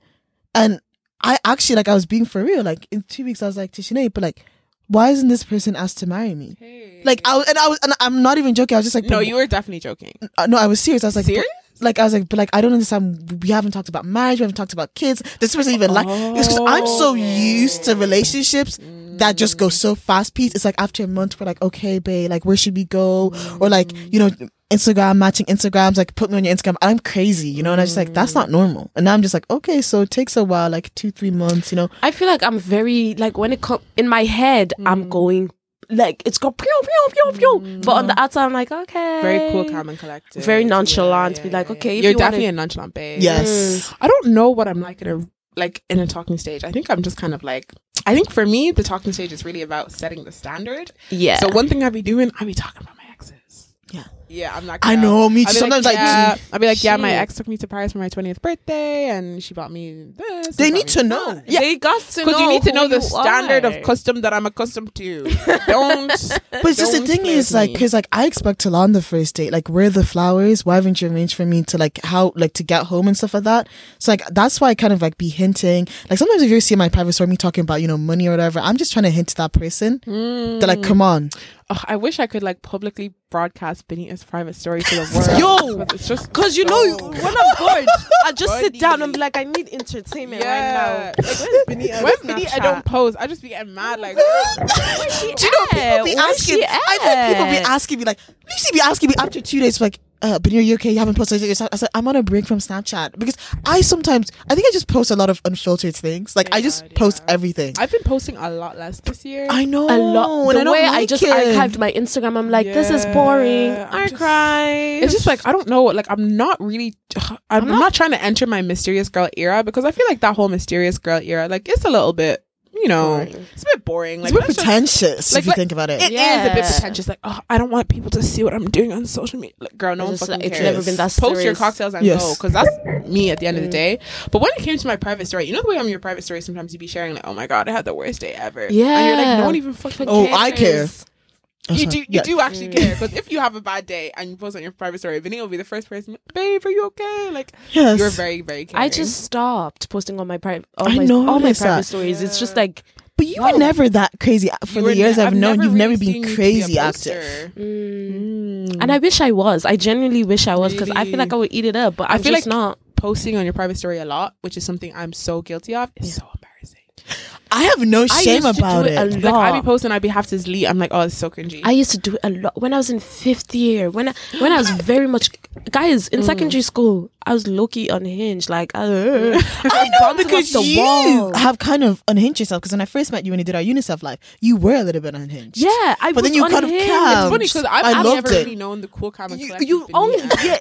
Speaker 3: and I actually like I was being for real. Like in two weeks, I was like to Sinead, but like, why isn't this person asked to marry me? Like I was, and I was, and I'm not even joking. I was just like,
Speaker 2: no,
Speaker 3: but-
Speaker 2: you were definitely joking.
Speaker 3: uh, no, I was serious. I was like, but-
Speaker 2: Serious?
Speaker 3: like I was like, but like I don't understand. We haven't talked Oh. about marriage. We haven't talked about kids. This person even like. It's because I'm so used to relationships that just goes so fast piece. It's like after a month, we're like, okay, babe, like where should we go? Or like, you know, Instagram matching Instagrams, like put me on your Instagram. I'm crazy, you know, and I just like that's not normal. And now I'm just like, okay, so it takes a while, like two, three months, you know.
Speaker 1: I feel like I'm very like when it comes in my head,
Speaker 2: Mm.
Speaker 1: I'm going like it's got pew pew pew pew, but on the outside, I'm like okay,
Speaker 2: Mm. Very cool, calm and collected.
Speaker 1: Mm. very nonchalant.
Speaker 2: Yeah,
Speaker 1: be
Speaker 2: yeah,
Speaker 1: like
Speaker 2: yeah.
Speaker 1: okay, if
Speaker 2: You're
Speaker 1: you wanna-
Speaker 2: definitely a nonchalant babe.
Speaker 3: Yes.
Speaker 2: I don't know what I'm like in a like in a talking stage. I think I'm just kind of like I think for me the talking stage is really about setting the standard.
Speaker 1: yeah.
Speaker 2: So one thing I be doing, I be talking about my exes.
Speaker 3: Yeah.
Speaker 2: Yeah, I'm not
Speaker 3: I
Speaker 2: gonna-
Speaker 3: know, me too.
Speaker 2: I'll be
Speaker 3: Sometimes like,
Speaker 2: yeah. I'll be like, yeah, my
Speaker 1: Shit.
Speaker 2: ex took me to Paris for my 20th birthday, and she bought me this. and
Speaker 3: they
Speaker 2: bought
Speaker 3: need
Speaker 2: me
Speaker 3: to
Speaker 2: that.
Speaker 3: know.
Speaker 2: Yeah.
Speaker 1: they got to
Speaker 2: Because you need to
Speaker 1: who
Speaker 2: know the
Speaker 1: you
Speaker 2: standard
Speaker 1: are.
Speaker 2: of custom that I'm accustomed to. Don't.
Speaker 3: But it's just the
Speaker 2: don't
Speaker 3: thing
Speaker 2: play
Speaker 3: is
Speaker 2: with
Speaker 3: like,
Speaker 2: me.
Speaker 3: cause like I expect to on the first date, like where are the flowers? Why haven't you arranged for me to like how like to get home and stuff like that? So like that's why I kind of like be hinting. Like sometimes if you see my private story, me talking about you know money or whatever, I'm just trying to hint to that person.
Speaker 2: Mm.
Speaker 3: They're like, come on,
Speaker 2: Ugh, I wish I could like publicly broadcast Benita's private story to the world.
Speaker 1: Yo!
Speaker 2: But it's just
Speaker 1: Cause you know you-
Speaker 2: so-
Speaker 1: when I'm bored, I just sit
Speaker 2: Buddy.
Speaker 1: down and be like, I need entertainment
Speaker 2: yeah.
Speaker 1: right now.
Speaker 2: Like, when
Speaker 1: Benita's
Speaker 2: Benita I don't
Speaker 1: Snapchat?
Speaker 2: post, I just be getting mad. Like,
Speaker 1: Do you know
Speaker 3: people be asking. I think people be asking me like, Lucy be asking me after two days like. Uh, but you okay? You haven't posted your I said I'm on a break from Snapchat because I sometimes I think I just post a lot of unfiltered things. Like I just
Speaker 2: Yeah,
Speaker 3: post
Speaker 2: yeah.
Speaker 3: everything.
Speaker 2: I've been posting a lot less this year.
Speaker 3: I know
Speaker 1: a lot.
Speaker 3: and
Speaker 1: The
Speaker 3: I don't
Speaker 1: way I
Speaker 3: like
Speaker 1: just
Speaker 3: it.
Speaker 1: archived my Instagram, I'm like, this is
Speaker 2: Yeah,
Speaker 1: boring.
Speaker 2: I'm
Speaker 1: I
Speaker 2: just-
Speaker 1: cry.
Speaker 2: It's just like I don't know. Like I'm not really. I'm, not, trying to enter my mysterious girl era because I feel like that whole mysterious girl era, like it's a little bit, you know,
Speaker 1: Boring.
Speaker 2: it's a bit boring. Like
Speaker 3: it's a bit
Speaker 2: let's just-
Speaker 3: pretentious
Speaker 2: like,
Speaker 3: if you
Speaker 2: like,
Speaker 3: think about it.
Speaker 2: It is a bit
Speaker 1: Yeah.
Speaker 2: pretentious. Like, oh, I don't want people to see what I'm doing on social media. Like, girl,
Speaker 1: It's
Speaker 2: no one
Speaker 1: just
Speaker 2: fucking
Speaker 1: like- it's
Speaker 2: cares.
Speaker 1: never been that
Speaker 2: Post your
Speaker 1: serious.
Speaker 2: cocktails and
Speaker 3: Yes.
Speaker 2: go, because that's me at the end of the day. But when it came to my private story, you know the way on your private story, sometimes you be sharing like, oh my god, I had the worst day ever. and you're like,
Speaker 1: Yeah.
Speaker 2: no one even fucking.
Speaker 3: Oh,
Speaker 2: cares.
Speaker 3: I care. I'm
Speaker 2: You
Speaker 3: sorry.
Speaker 2: do, you
Speaker 3: Uh-huh. Yeah. Mm.
Speaker 2: do actually care because if you have a bad day and you post on your private story, Vinny will be the first person. Babe, are you okay? Like,
Speaker 3: Yes.
Speaker 2: you're very, very. Caring.
Speaker 1: I just stopped posting all my private, all
Speaker 3: I
Speaker 1: my, all my
Speaker 3: noticed
Speaker 1: private
Speaker 3: that.
Speaker 1: stories. It's just like,
Speaker 3: But you were never that crazy for
Speaker 2: You
Speaker 3: the
Speaker 2: were
Speaker 3: years
Speaker 2: ne-
Speaker 3: I've known. You've
Speaker 2: really
Speaker 3: never
Speaker 2: seen you
Speaker 3: been
Speaker 2: to be a
Speaker 3: crazy
Speaker 2: poster. Mm.
Speaker 3: active.
Speaker 1: Mm. and I wish I was. I genuinely wish I was because I feel
Speaker 2: Really?
Speaker 1: like I would eat it up, but I'm
Speaker 2: feel
Speaker 1: just
Speaker 2: like-
Speaker 1: not.
Speaker 2: Posting on your private story a lot, which is something I'm so guilty of, is so embarrassing.
Speaker 3: I have no
Speaker 1: I
Speaker 3: shame
Speaker 1: used to do
Speaker 3: about
Speaker 1: it
Speaker 3: it.
Speaker 1: a
Speaker 2: Like I'd
Speaker 1: lot.
Speaker 2: be posting, I'd be have to delete. I'm like, oh, it's so cringy.
Speaker 1: I used to do it a lot when I was in fifth year. When I, when I was very much guys in secondary school, I was low key unhinged. Like Mm. I,
Speaker 3: I
Speaker 1: I
Speaker 3: know because you have kind of unhinged yourself. Because when I first met you, when you did our UNICEF live, you were a little bit unhinged.
Speaker 1: Yeah, I.
Speaker 3: But then
Speaker 1: was
Speaker 3: you kind of
Speaker 1: unhinged.
Speaker 3: calmed.
Speaker 2: it's funny because I've,
Speaker 3: I
Speaker 2: I've
Speaker 3: loved
Speaker 2: never
Speaker 3: it.
Speaker 2: really known the cool comic.
Speaker 3: You,
Speaker 2: collective
Speaker 3: you
Speaker 2: Benita.
Speaker 3: only
Speaker 1: Oh,
Speaker 3: yeah,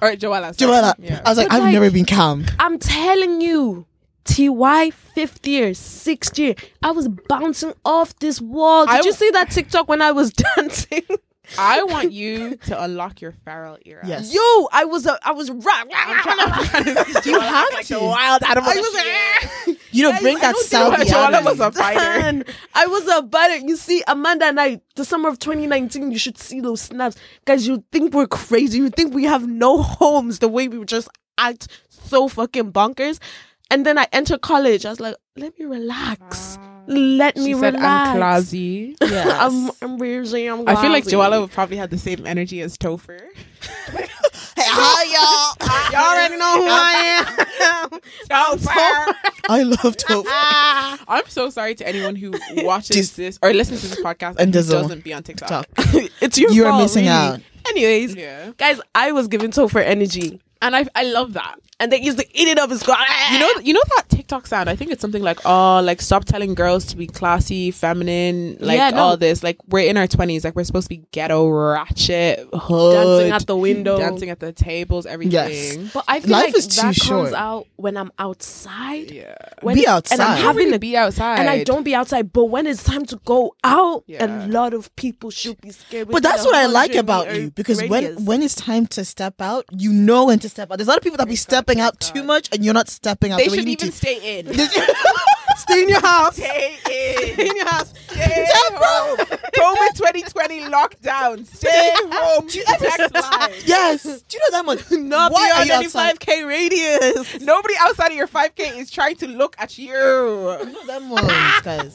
Speaker 2: or Joella. sorry.
Speaker 3: Joella.
Speaker 2: Yeah.
Speaker 3: I was like,
Speaker 1: But
Speaker 3: I've
Speaker 1: like-
Speaker 3: never been calm.
Speaker 1: I'm telling you, TY fifth year, sixth year, I was bouncing off this wall. Did
Speaker 2: I
Speaker 1: you
Speaker 2: w-
Speaker 1: see that TikTok when I was dancing?
Speaker 2: I want you to unlock your feral era.
Speaker 3: Yes.
Speaker 1: Yo, I was a, I was rah,
Speaker 2: I'm trying to.
Speaker 3: You have
Speaker 2: like
Speaker 3: to.
Speaker 2: the wild animal.
Speaker 1: I was like,
Speaker 3: You know,
Speaker 1: Guys,
Speaker 3: bring
Speaker 1: I
Speaker 3: that
Speaker 1: don't do
Speaker 3: South.
Speaker 1: that.
Speaker 2: Joella was a fighter.
Speaker 1: Man, I was a butter. You see, Amanda and I, the summer of 2019, you should see those snaps. Guys, you think we're crazy. You think we have no homes the way we just act so fucking bonkers. And then I enter college. I was like, let me relax. Let me
Speaker 2: She said,
Speaker 1: relax.
Speaker 2: "I'm classy."
Speaker 1: I'm, I'm wheezy. I'm
Speaker 2: I feel like
Speaker 1: lousy.
Speaker 2: Joella would probably have the same energy as Topher.
Speaker 3: Hey, hi, y'all.
Speaker 2: Y'all already know who I am. Topher.
Speaker 3: I love Toph.
Speaker 2: I'm so sorry to anyone who watches
Speaker 3: Just-
Speaker 2: this or listens to this podcast and,
Speaker 3: And
Speaker 2: who
Speaker 3: doesn't-
Speaker 2: doesn't be on TikTok.
Speaker 3: Talk.
Speaker 1: it's your
Speaker 3: You are
Speaker 1: fault,
Speaker 3: missing
Speaker 1: really.
Speaker 3: out.
Speaker 1: Anyways,
Speaker 2: Yeah.
Speaker 1: guys, I was giving Topher energy.
Speaker 2: And I, I love that.
Speaker 1: And they used to eat it up and go,
Speaker 2: You know, you know that TikTok sound. I think it's something like, "Oh, like stop telling girls to be classy, feminine, like
Speaker 1: Yeah, no.
Speaker 2: all this. Like we're in our twenties, like we're supposed to be ghetto, ratchet, hood,
Speaker 1: dancing at the window.
Speaker 2: dancing at the tables, everything.
Speaker 1: But I feel
Speaker 3: Life
Speaker 1: like
Speaker 3: is
Speaker 1: that
Speaker 3: too
Speaker 1: comes
Speaker 3: short.
Speaker 1: out when I'm outside.
Speaker 2: Yeah,
Speaker 1: When
Speaker 3: Be
Speaker 1: it's- And I'm
Speaker 3: outside. You
Speaker 2: having
Speaker 1: having
Speaker 2: really
Speaker 1: a,
Speaker 2: be outside,
Speaker 1: and I don't be outside. But when it's time to go out,
Speaker 2: Yeah.
Speaker 1: a lot of people should be scared.
Speaker 3: But
Speaker 1: within
Speaker 3: that's
Speaker 1: a
Speaker 3: what I like
Speaker 1: 100
Speaker 3: about
Speaker 1: meter
Speaker 3: you because
Speaker 1: radius.
Speaker 3: when when it's time to step out, you know when to step out. There's a lot of people that be stepping out too much, and you're not stepping out.
Speaker 2: They
Speaker 3: the way
Speaker 2: should
Speaker 3: you need
Speaker 2: even
Speaker 3: to.
Speaker 2: stay in.
Speaker 3: stay in your house.
Speaker 2: Stay in.
Speaker 3: in your house.
Speaker 2: Stay home. COVID 2020 lockdown. Stay home. Protect lives.
Speaker 3: Yes. Do you know that much?
Speaker 1: not
Speaker 3: Why are
Speaker 1: beyond
Speaker 3: you
Speaker 1: any
Speaker 3: outside?
Speaker 1: five k radius.
Speaker 2: Nobody outside of your 5K is trying to look at you.
Speaker 3: That much, guys.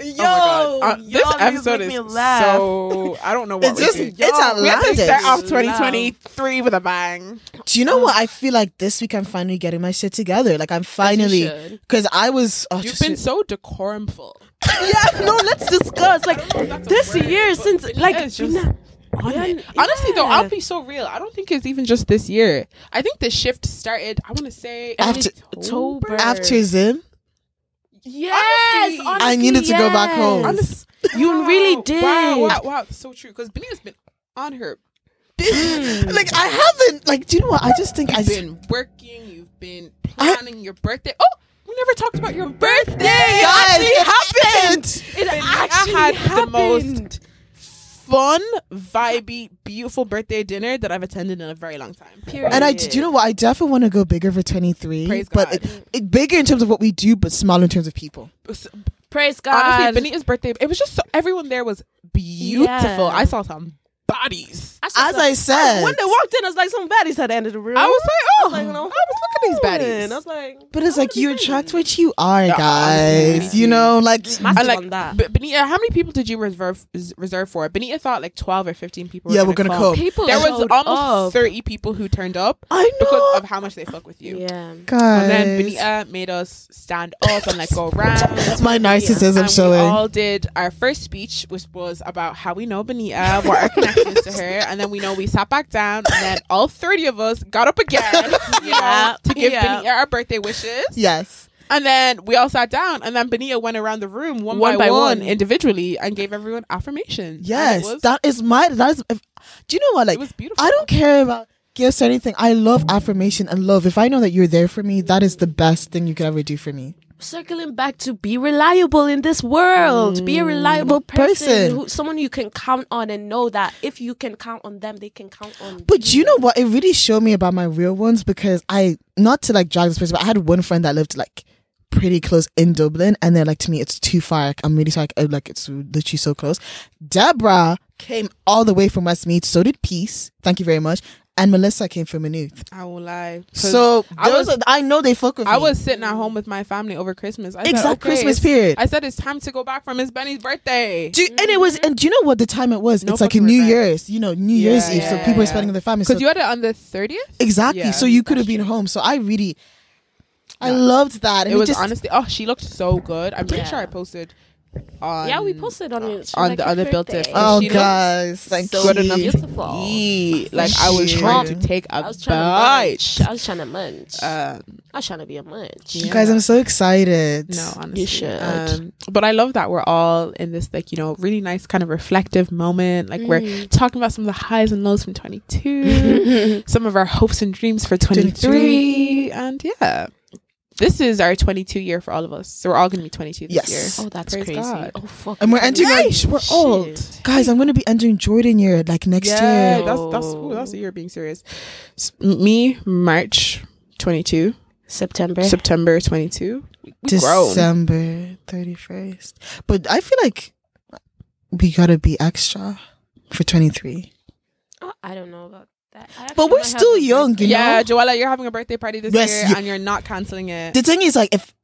Speaker 1: Yo,
Speaker 2: Oh my God. uh, this
Speaker 4: Y'all niggas
Speaker 2: episode
Speaker 4: make
Speaker 2: is
Speaker 4: me laugh.
Speaker 2: so I don't know what
Speaker 3: It's
Speaker 2: we
Speaker 3: just-
Speaker 2: did.
Speaker 3: it's
Speaker 2: Y'all, we have to
Speaker 3: outlandish.
Speaker 2: start off
Speaker 4: Laugh.
Speaker 2: 2023 with a bang.
Speaker 3: Do you know what? I feel like this week I'm finally getting my shit together. Like I'm finally
Speaker 1: should.
Speaker 3: because I was. Oh,
Speaker 2: You've
Speaker 3: just-
Speaker 2: been so decorumful.
Speaker 1: yeah, no, let's discuss. Like this year, since like
Speaker 2: it's just-
Speaker 1: nah, yeah,
Speaker 2: Honestly, though,
Speaker 1: yeah.
Speaker 2: I'll be so real. I don't think it's even just this year. I think the shift started. I want to say
Speaker 3: After-
Speaker 1: October.
Speaker 3: after Zim.
Speaker 1: Yes,
Speaker 2: Honestly.
Speaker 1: honestly,
Speaker 3: I needed to go back home.
Speaker 1: yes.
Speaker 2: Honest-
Speaker 1: You really did.
Speaker 2: Wow, wow, wow. That's so true. Because Benita's been on her.
Speaker 1: Mm.
Speaker 3: like I haven't. Like do you know what? I just think I.
Speaker 2: You've
Speaker 3: Been-
Speaker 2: been working. You've been planning your birthday. Oh, we never talked about your birthday.
Speaker 3: Guys, it happened.
Speaker 1: It actually
Speaker 2: I had
Speaker 1: happened.
Speaker 2: the most fun, vibey, beautiful birthday dinner that I've attended in a very long time.
Speaker 1: Period.
Speaker 3: And I, do you know what? I definitely want to go bigger for 23,
Speaker 2: Praise
Speaker 3: but
Speaker 2: God.
Speaker 3: It, it, bigger in terms of what we do, but small in terms of people.
Speaker 1: Praise God.
Speaker 2: Honestly, Benita's birthday. It was just so everyone there was beautiful.
Speaker 1: Yeah.
Speaker 2: I saw some bodies.
Speaker 1: saw
Speaker 3: As
Speaker 1: some-
Speaker 3: I said,
Speaker 1: when they walked in, I was like, some baddies had entered the room.
Speaker 2: I was like, oh,
Speaker 1: I was like, no,
Speaker 2: I was looking at these baddies.
Speaker 1: I was like,
Speaker 3: but it's
Speaker 1: I
Speaker 3: like
Speaker 1: wanna
Speaker 3: you
Speaker 1: be
Speaker 3: attract
Speaker 1: dating.
Speaker 3: what you are,
Speaker 2: Yeah,
Speaker 3: guys.
Speaker 2: honestly.
Speaker 3: You know, like
Speaker 1: Massive
Speaker 2: And, like,
Speaker 1: on that.
Speaker 2: But Benita, how many people did you reserve s- reserve for? Benita thought like twelve or fifteen people.
Speaker 3: Yeah, we're gonna
Speaker 2: come.
Speaker 3: come.
Speaker 1: People
Speaker 2: There was
Speaker 1: showed
Speaker 2: almost
Speaker 1: up.
Speaker 2: thirty people who turned up
Speaker 3: I
Speaker 2: because of how much they fuck with you.
Speaker 1: Yeah.
Speaker 3: guys.
Speaker 2: And then Benita made us stand up and like go around.
Speaker 3: That's my narcissism
Speaker 2: and
Speaker 3: showing.
Speaker 2: We all did our first speech, which was about how we know Benita, what our connections to her, and then we know we sat back down, and then all thirty of us got up again, you
Speaker 1: Yeah,
Speaker 2: know, to give
Speaker 1: yeah.
Speaker 2: Benita our birthday wishes.
Speaker 3: yes.
Speaker 2: And then we all sat down, and then Benita went around the room one,
Speaker 1: One
Speaker 2: by,
Speaker 1: by
Speaker 2: one,
Speaker 1: one.
Speaker 2: individually and gave everyone affirmations. And it
Speaker 3: Yes.
Speaker 2: was-
Speaker 3: that is my. That is. If, do you know what?
Speaker 2: it
Speaker 3: Like,
Speaker 2: was beautiful.
Speaker 3: I don't care about gifts or anything. I love affirmation and love. If I know that you're there for me, that is the best thing you could ever do for me.
Speaker 1: Circling back to be reliable in this world. Be a reliable person.
Speaker 3: Mm, Person.
Speaker 1: Who, someone you can count on and know that if you can count on them, they can count on
Speaker 3: But you know what? It really showed me about my real ones because I not to like drag this person, but I had one friend that lived like pretty close in Dublin, and they're like to me, it's too far. Like, I'm really sorry, like, uh, like it's literally so close. Deborah came all the way from Westmead. So did Peace. Thank you very much. And Melissa came from Maynooth.
Speaker 2: I won't lie. 'Cause
Speaker 3: So
Speaker 2: I
Speaker 3: I was,
Speaker 2: was-
Speaker 3: I know they fuck with
Speaker 2: I
Speaker 3: me.
Speaker 2: was sitting at home with my family over Christmas. I
Speaker 3: exact
Speaker 2: said, okay,
Speaker 3: Christmas
Speaker 2: it's-
Speaker 3: period.
Speaker 2: I said it's time to go back for Miss Benny's birthday.
Speaker 3: do, and it was, and do you know what the time it was?
Speaker 2: No
Speaker 3: it's like a
Speaker 2: fucking
Speaker 3: New
Speaker 2: regret.
Speaker 3: Year's, you know, New
Speaker 2: Yeah,
Speaker 3: Year's Eve. so
Speaker 2: yeah, yeah.
Speaker 3: people are spending with their families.
Speaker 2: Because
Speaker 3: So
Speaker 2: you had it on the thirtieth.
Speaker 3: Exactly.
Speaker 2: Yeah,
Speaker 3: so you could have
Speaker 2: that's
Speaker 3: been home. So I really, I
Speaker 2: Yeah.
Speaker 3: loved that.
Speaker 2: It,
Speaker 3: And
Speaker 2: was
Speaker 3: just,
Speaker 2: honestly. Oh, she looked so good. I'm pretty
Speaker 1: Yeah.
Speaker 2: sure I posted. On,
Speaker 1: Yeah, we posted on it. She
Speaker 2: on
Speaker 1: like,
Speaker 2: the other
Speaker 1: "Happy
Speaker 2: built
Speaker 1: birthday."
Speaker 2: it.
Speaker 3: Oh
Speaker 2: She looked
Speaker 3: guys, thank
Speaker 1: so
Speaker 3: you.
Speaker 2: good enough to
Speaker 1: beautiful.
Speaker 2: eat. E. Like I was
Speaker 3: She-
Speaker 2: trying to take a
Speaker 1: I was trying
Speaker 2: bite.
Speaker 1: to munch. I was trying to munch.
Speaker 3: Uh,
Speaker 2: Um,
Speaker 1: I was trying to be a munch.
Speaker 2: Yeah.
Speaker 3: Guys, I'm so excited.
Speaker 2: No, honestly.
Speaker 1: should.
Speaker 2: Um, but I love that we're all in this like you know really nice kind of reflective moment. Like we're
Speaker 1: Mm-hmm.
Speaker 2: talking about some of the highs and lows from
Speaker 1: Mm.
Speaker 2: 22, some of our hopes and dreams for 23,
Speaker 3: 23.
Speaker 2: and yeah, this is our 22 year for all of us. So we're all going to be 22 this
Speaker 3: Yes.
Speaker 2: year.
Speaker 1: Oh, that's
Speaker 2: Praise
Speaker 1: crazy.
Speaker 2: God.
Speaker 1: Oh, fuck.
Speaker 3: And we're entering. our-
Speaker 2: Yay!
Speaker 3: we're old,
Speaker 1: Shit.
Speaker 3: guys. I'm gonna be entering Jordan year like next
Speaker 2: yeah,
Speaker 3: year.
Speaker 2: that's that's ooh, that's the year being serious. S- me March 22,
Speaker 1: September.
Speaker 2: September 22. We we grown.
Speaker 3: December thirty first. But I feel like we gotta be extra for twenty three.
Speaker 1: Oh, I don't know about that. I
Speaker 3: But
Speaker 1: actually
Speaker 3: we're
Speaker 1: might have
Speaker 3: still
Speaker 1: a
Speaker 3: young, you
Speaker 2: yeah,
Speaker 3: know.
Speaker 2: Joella, you're having a birthday party this
Speaker 3: Yes,
Speaker 2: year,
Speaker 3: you-
Speaker 2: and you're not canceling it.
Speaker 3: The thing is, like, if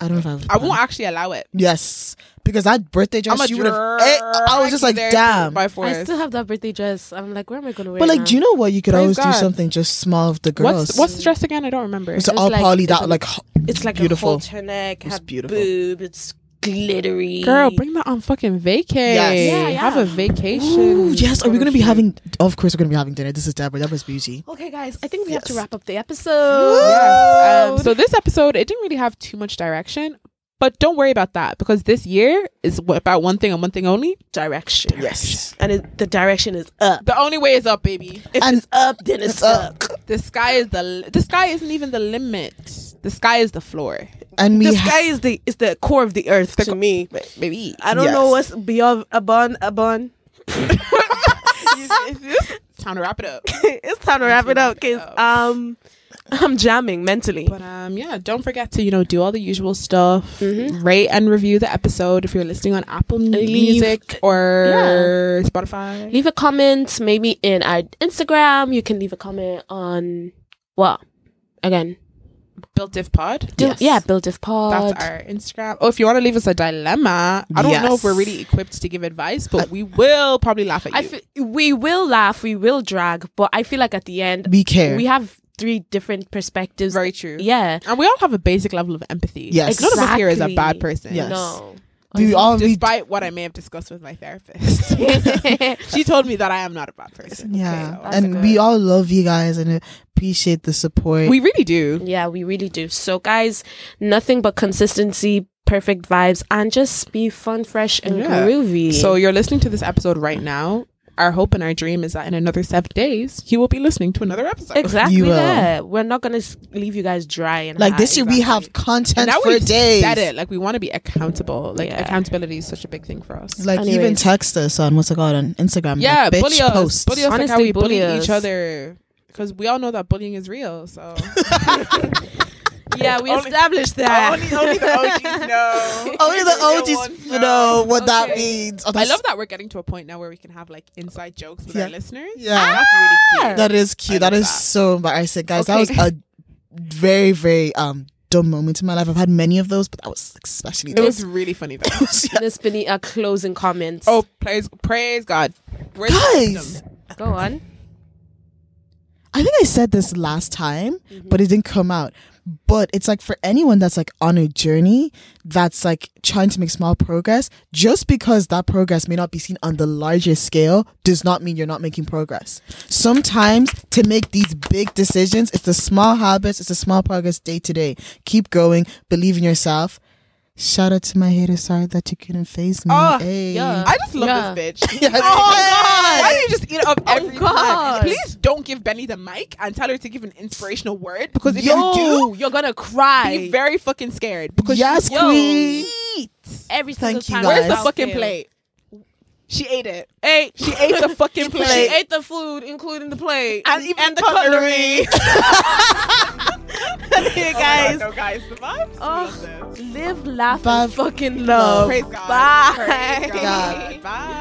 Speaker 3: I don't know if I, would-
Speaker 2: I won't actually allow it.
Speaker 3: Yes, because that birthday dress
Speaker 2: I'm a
Speaker 3: you would have.
Speaker 2: jerk.
Speaker 3: I was just like,
Speaker 2: There,
Speaker 3: damn.
Speaker 2: By
Speaker 1: birthday. I
Speaker 2: force.
Speaker 1: still have that birthday dress. I'm like, where am I going to wear
Speaker 3: But
Speaker 1: it
Speaker 3: like,
Speaker 1: now?
Speaker 3: do you know what? You could
Speaker 2: Praise
Speaker 3: always
Speaker 2: God.
Speaker 3: do something just small of the girls.
Speaker 2: what's what's the dress again? I don't remember.
Speaker 3: It's
Speaker 1: It was
Speaker 3: all
Speaker 1: like-
Speaker 3: poly
Speaker 1: it's
Speaker 3: that
Speaker 1: a-
Speaker 3: like h-
Speaker 1: It's like
Speaker 3: beautiful.
Speaker 1: a halter neck,
Speaker 3: It's
Speaker 1: had
Speaker 3: beautiful.
Speaker 1: boob, it's glittery.
Speaker 2: Girl, bring that on fucking vacay.
Speaker 3: Yes.
Speaker 1: Yeah, yeah.
Speaker 2: Have a vacation.
Speaker 3: Ooh, yes. Are we gonna be
Speaker 2: Photoshoot.
Speaker 3: having? Of course, we're gonna be having dinner. This is Deborah. Deborah's beauty.
Speaker 1: Okay, guys, I think we have to
Speaker 3: Yes.
Speaker 1: wrap up the episode.
Speaker 2: Yes. Um, so this episode, it didn't really have too much direction, but don't worry about that because this year is wh- about one thing and one thing only.
Speaker 1: Direction.
Speaker 3: Yes.
Speaker 1: And it, the direction is up.
Speaker 2: The only way is up, baby.
Speaker 1: If
Speaker 3: And-
Speaker 1: it's up, then it's,
Speaker 3: it's
Speaker 1: up.
Speaker 3: up.
Speaker 2: The sky is the li- the sky isn't even the limit. The sky is the floor,
Speaker 3: And we
Speaker 1: The
Speaker 3: ha-
Speaker 1: sky is the is the core of the earth to me.
Speaker 2: baby.
Speaker 1: I don't
Speaker 3: Yes.
Speaker 1: know what's beyond abon abon.
Speaker 2: Time to wrap it up.
Speaker 1: it's time to wrap it up because
Speaker 2: Oh.
Speaker 1: um I'm jamming mentally.
Speaker 2: But um, yeah, don't forget to you know do all the usual stuff. Rate and review the episode if you're listening on Apple Music or Spotify.
Speaker 1: leave a comment maybe in our Instagram. You can leave a comment on well, again,
Speaker 2: Built if pod.
Speaker 1: Do-
Speaker 3: Yes.
Speaker 1: Yeah, build if pod.
Speaker 2: That's our Instagram. Oh, if you want to leave us a dilemma, I don't know if we're
Speaker 3: Yes.
Speaker 2: really equipped to give advice, but we will probably laugh at you.
Speaker 1: I fe- we will laugh, we will drag, but I feel like at the end
Speaker 3: We care.
Speaker 1: we have three different perspectives.
Speaker 2: Very true.
Speaker 1: Yeah.
Speaker 2: And we all have a basic level of empathy.
Speaker 3: Yes.
Speaker 2: None of us here is a
Speaker 1: Exactly.
Speaker 2: bad person.
Speaker 3: Yes.
Speaker 1: No.
Speaker 3: Do you all read?
Speaker 2: Despite what I may have discussed with my therapist. she told me that I am not a bad person.
Speaker 3: yeah,
Speaker 2: Okay,
Speaker 3: and
Speaker 1: good.
Speaker 3: we all love you guys and appreciate the support.
Speaker 2: we really do.
Speaker 1: yeah, we really do. So guys, nothing but consistency, perfect vibes, and just be fun, fresh, and
Speaker 2: Yeah.
Speaker 1: groovy.
Speaker 2: So you're listening to this episode right now. Our hope and our dream is that in another seven days, you will be listening to another episode.
Speaker 1: exactly
Speaker 3: You will.
Speaker 1: that. We're not gonna s- leave you guys dry and
Speaker 3: like
Speaker 1: high.
Speaker 3: this year, we have content
Speaker 2: And now
Speaker 3: for
Speaker 2: we've
Speaker 3: days.
Speaker 2: said it. Like we want to be accountable. Like
Speaker 1: Yeah.
Speaker 2: accountability is such a big thing for us.
Speaker 3: Like even
Speaker 1: Anyways.
Speaker 3: text us on what's it called on Instagram.
Speaker 2: yeah,
Speaker 3: like, bitch
Speaker 2: bully us.
Speaker 3: posts.
Speaker 2: Bully us like how
Speaker 1: Honestly,
Speaker 2: we bully,
Speaker 1: bully us.
Speaker 2: each other. Because we all know that bullying is real. So
Speaker 1: Yeah, we
Speaker 2: Only-
Speaker 1: established that.
Speaker 2: know.
Speaker 3: Only the OGs know what that means. Oh,
Speaker 2: I
Speaker 3: that's-
Speaker 2: love that we're getting to a point now where we can have like inside jokes with
Speaker 3: Yeah.
Speaker 2: our listeners.
Speaker 3: Yeah,
Speaker 2: That's really cute.
Speaker 3: that is
Speaker 2: I
Speaker 3: cute. That
Speaker 2: love
Speaker 3: is
Speaker 2: that.
Speaker 3: so embarrassing, guys. That
Speaker 2: Okay.
Speaker 3: was a very, very um dumb moment in my life. I've had many of those, but that was especially.
Speaker 2: it
Speaker 3: dumb.
Speaker 2: was really funny though.
Speaker 1: Miss Benny, our closing comments.
Speaker 2: oh, praise praise God. Where's the
Speaker 3: Guys!
Speaker 2: wisdom?
Speaker 1: go on.
Speaker 3: I think I said this last time,
Speaker 1: Mm-hmm.
Speaker 3: but it didn't come out. But it's like for anyone that's like on a journey that's like trying to make small progress, just because that progress may not be seen on the larger scale does not mean you're not making progress. Sometimes to make these big decisions, it's the small habits, it's the small progress day to day. Keep going, believe in yourself. Shout out to my haters. Sorry that you couldn't face me.
Speaker 2: Oh,
Speaker 3: hey.
Speaker 1: Ah, yeah.
Speaker 2: I just love
Speaker 1: Yeah.
Speaker 2: this bitch.
Speaker 3: Yes.
Speaker 2: Oh my god! Why do you just eat it up every
Speaker 1: God.
Speaker 2: time? Please don't give Benny the mic and tell her to give an inspirational word because if
Speaker 1: Yo,
Speaker 2: you
Speaker 1: you're gonna
Speaker 2: do,
Speaker 1: cry
Speaker 2: be very fucking scared because
Speaker 3: Yes,
Speaker 1: Yo.
Speaker 3: queen.
Speaker 1: every single
Speaker 3: Thank you,
Speaker 1: time.
Speaker 3: guys.
Speaker 2: Where's the
Speaker 3: I'll
Speaker 2: fucking
Speaker 1: fail.
Speaker 2: plate? She ate it. Hey, she ate the fucking plate.
Speaker 1: She ate the food, including the plate
Speaker 2: and even
Speaker 1: and the
Speaker 2: cutlery.
Speaker 1: cutlery. okay, guys.
Speaker 2: Oh no, guys, the vibes. We
Speaker 1: Oh.
Speaker 2: love this.
Speaker 1: Live, laugh,
Speaker 3: Bye.
Speaker 1: and fucking love.
Speaker 2: Praise God.
Speaker 1: Bye.
Speaker 2: Praise God.
Speaker 3: God.
Speaker 2: Bye.